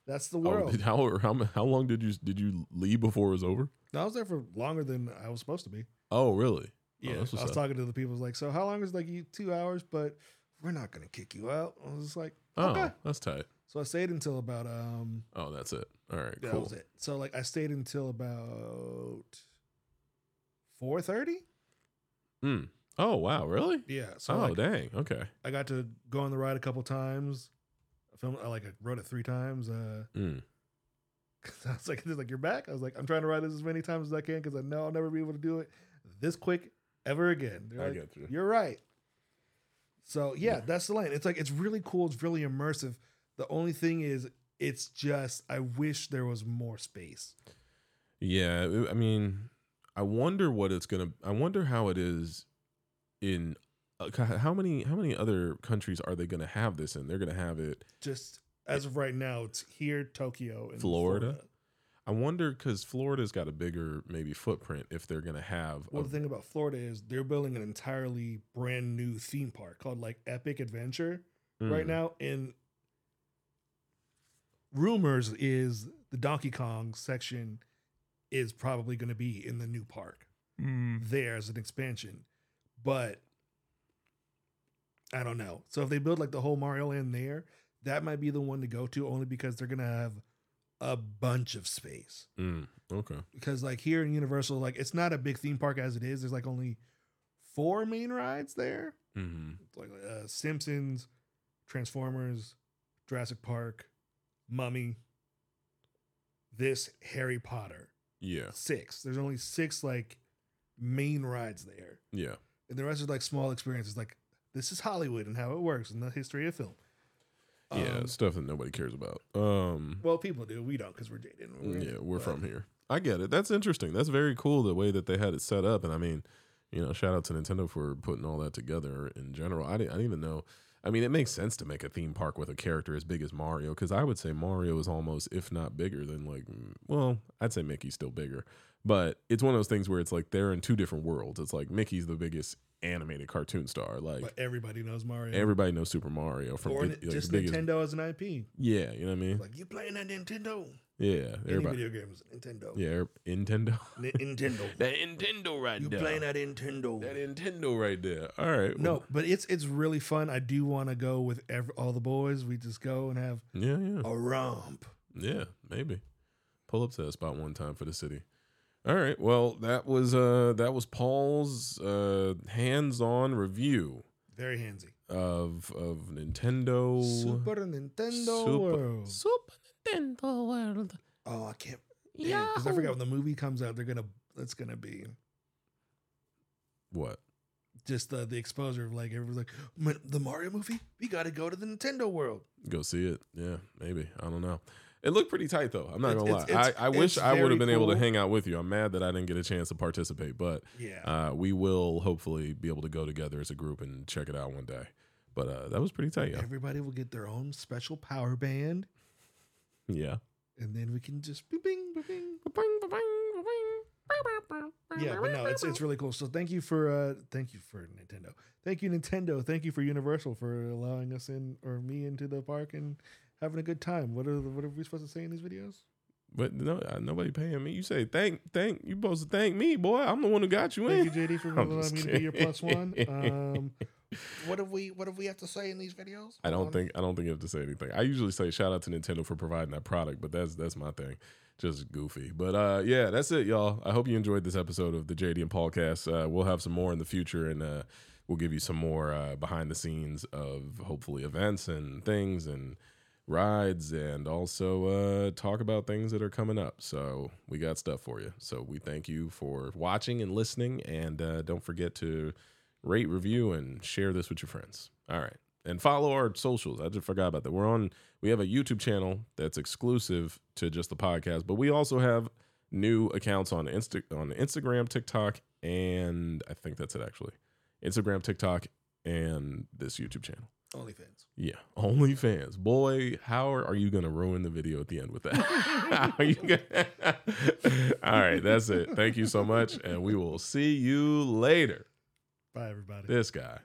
Speaker 2: that's the
Speaker 1: Oh,
Speaker 2: world.
Speaker 1: did- how how mu- how long did you did you leave before it was over?
Speaker 2: I was there for longer than I was supposed to be.
Speaker 1: Oh, really? Oh,
Speaker 2: Yeah, I
Speaker 1: that's
Speaker 2: was
Speaker 1: what's up.
Speaker 2: talking to the people. I was like, so how long is like you two hours? But we're not gonna kick you out. I was just like,
Speaker 1: Oh,
Speaker 2: okay.
Speaker 1: that's tight.
Speaker 2: So I stayed until about um.
Speaker 1: Oh, that's it. All right,
Speaker 2: That
Speaker 1: cool.
Speaker 2: was it. So like I stayed until about four thirty.
Speaker 1: Mm. Oh, wow, really?
Speaker 2: Yeah. So
Speaker 1: oh,
Speaker 2: like,
Speaker 1: dang. Okay.
Speaker 2: I got to go on the ride a couple times. I filmed. I like I rode it three times. Uh,
Speaker 1: Mm.
Speaker 2: [LAUGHS] 'cause I was like, they're like you're back. I was like, I'm trying to ride this as many times as I can because I know I'll never be able to do it this quick ever again. They're
Speaker 1: I
Speaker 2: like,
Speaker 1: get you.
Speaker 2: You're right. So yeah,
Speaker 1: Yeah.
Speaker 2: that's the lane. It's like it's really cool. It's really immersive. The only thing is, it's just I wish there was more space.
Speaker 1: Yeah, I- I mean, I wonder what it's gonna. I wonder how it is in uh, ca- how many how many other countries are they gonna have this in? They're gonna have it.
Speaker 2: Just as of right now, it's here, Tokyo, and
Speaker 1: Florida? I wonder because Florida's got a bigger maybe footprint if they're gonna have.
Speaker 2: Well,
Speaker 1: a-
Speaker 2: the thing about Florida is they're building an entirely brand new theme park called like Epic Adventure right
Speaker 1: Mm.
Speaker 2: now. And rumors is the Donkey Kong section is probably going to be in the new park. there as an expansion, but I don't know. So if they build like the whole Mario Land there, that might be the one to go to only because they're gonna have a bunch of space.
Speaker 1: Mm, okay.
Speaker 2: Because like here in Universal, like it's not a big theme park as it is. There's like only four main rides there,
Speaker 1: hmm
Speaker 2: It's like uh, Simpsons, Transformers, Jurassic Park, Mummy, this Harry Potter.
Speaker 1: Yeah.
Speaker 2: Six. There's only six like main rides there
Speaker 1: Yeah.
Speaker 2: and the rest is like small experiences. Like this is Hollywood and how it works and the history of film.
Speaker 1: yeah.
Speaker 2: Um,
Speaker 1: Stuff that nobody cares about. Um.
Speaker 2: well, people do. We don't because we're dating.
Speaker 1: yeah, we're
Speaker 2: Mm, but-
Speaker 1: from here. I get it. That's interesting. That's very cool the way that they had it set up. And I mean, you know, shout out to Nintendo for putting all that together in general. I didn't, I didn't even know. I mean, it makes sense to make a theme park with a character as big as Mario because I would say Mario is almost, if not bigger than like, mm, well, I'd say Mickey's still bigger, but it's one of those things where it's like they're in two different worlds. It's like Mickey's the biggest animated cartoon star, like
Speaker 2: But everybody knows Mario.
Speaker 1: everybody knows Super Mario from
Speaker 2: or
Speaker 1: big- like,
Speaker 2: just
Speaker 1: big as-
Speaker 2: Nintendo as an IP.
Speaker 1: yeah, you know what I mean?
Speaker 2: Like you playing that Nintendo?
Speaker 1: yeah, everybody.
Speaker 2: Any video games, Nintendo.
Speaker 1: Yeah, er- Nintendo.
Speaker 2: Ni- [LAUGHS] Nintendo.
Speaker 1: that Nintendo right
Speaker 2: you playing that Nintendo?
Speaker 1: That Nintendo right there. All right.
Speaker 2: no,
Speaker 1: well,
Speaker 2: but it's it's really fun. I do want to go with ev all the boys. We just go and have
Speaker 1: Yeah, yeah.
Speaker 2: a romp.
Speaker 1: Yeah, maybe. Pull up to that spot one time for the city. All right. Well, that was uh that was Paul's uh hands-on review
Speaker 2: Very handsy.
Speaker 1: of of Nintendo
Speaker 2: Super Nintendo
Speaker 1: Super-
Speaker 2: World.
Speaker 4: Super Nintendo World.
Speaker 2: Oh, I can't.
Speaker 4: Yeah.
Speaker 2: Because I forgot when the movie comes out, they're gonna. It's gonna be
Speaker 1: what?
Speaker 2: just the the exposure of like everyone's like "Man, the Mario movie. We gotta go to the Nintendo World.
Speaker 1: Go see it. Yeah, maybe. I don't know. It looked pretty tight though. I'm not
Speaker 2: It's-
Speaker 1: gonna lie.
Speaker 2: it's- it's-
Speaker 1: I, I wish
Speaker 2: it's
Speaker 1: I would
Speaker 2: very
Speaker 1: have been able to
Speaker 2: cool.
Speaker 1: hang out with you. I'm mad that I didn't get a chance to participate, but
Speaker 2: Yeah.
Speaker 1: uh, we will hopefully be able to go together as a group and check it out one day. But uh, that was pretty tight. Yeah.
Speaker 2: Everybody will get their own special power band,
Speaker 1: Yeah.
Speaker 2: and then we can just bing bing bing. bing. Yeah,
Speaker 4: Yeah,
Speaker 2: but no, it's it's really cool. So thank you for uh thank you for Nintendo. Thank you Nintendo. Thank you for Universal for allowing us in or me into the park and having a good time. What are the, what are we supposed to say in these videos?
Speaker 1: But no, uh, nobody paying me. You say thank, thank. You supposed to thank me, boy. I'm the one who got you in.
Speaker 2: Thank you JD for
Speaker 1: [LAUGHS] I'm
Speaker 2: allowing me
Speaker 1: just
Speaker 2: to be your plus one.
Speaker 1: kidding.
Speaker 2: Um
Speaker 1: [LAUGHS]
Speaker 2: what have we what have we have to say in these videos?
Speaker 1: I
Speaker 2: Hold
Speaker 1: don't
Speaker 2: on.
Speaker 1: think I don't think you have to say anything. I usually say shout out to Nintendo for providing that product, but that's that's my thing. Just goofy. But uh yeah, that's it, y'all. I hope you enjoyed this episode of the JD and Paulcast. Uh we'll have some more in the future and uh we'll give you some more uh behind the scenes of hopefully events and things and rides and also uh talk about things that are coming up. So we got stuff for you. So we thank you for watching and listening and uh don't forget to rate, review, and share this with your friends. All right. And follow our socials. I just forgot about that. We're on, we have a YouTube channel that's exclusive to just the podcast, but we also have new accounts on Insta, on Instagram, TikTok, and I think that's it actually. Instagram, TikTok, and this YouTube channel.
Speaker 2: OnlyFans.
Speaker 1: Yeah, [LAUGHS] OnlyFans. Boy, how are, are you going to ruin the video at the end with that? [LAUGHS] Are you gonna- [LAUGHS] All right, that's it. Thank you so much, and we will see you later.
Speaker 2: Bye everybody.
Speaker 1: This guy.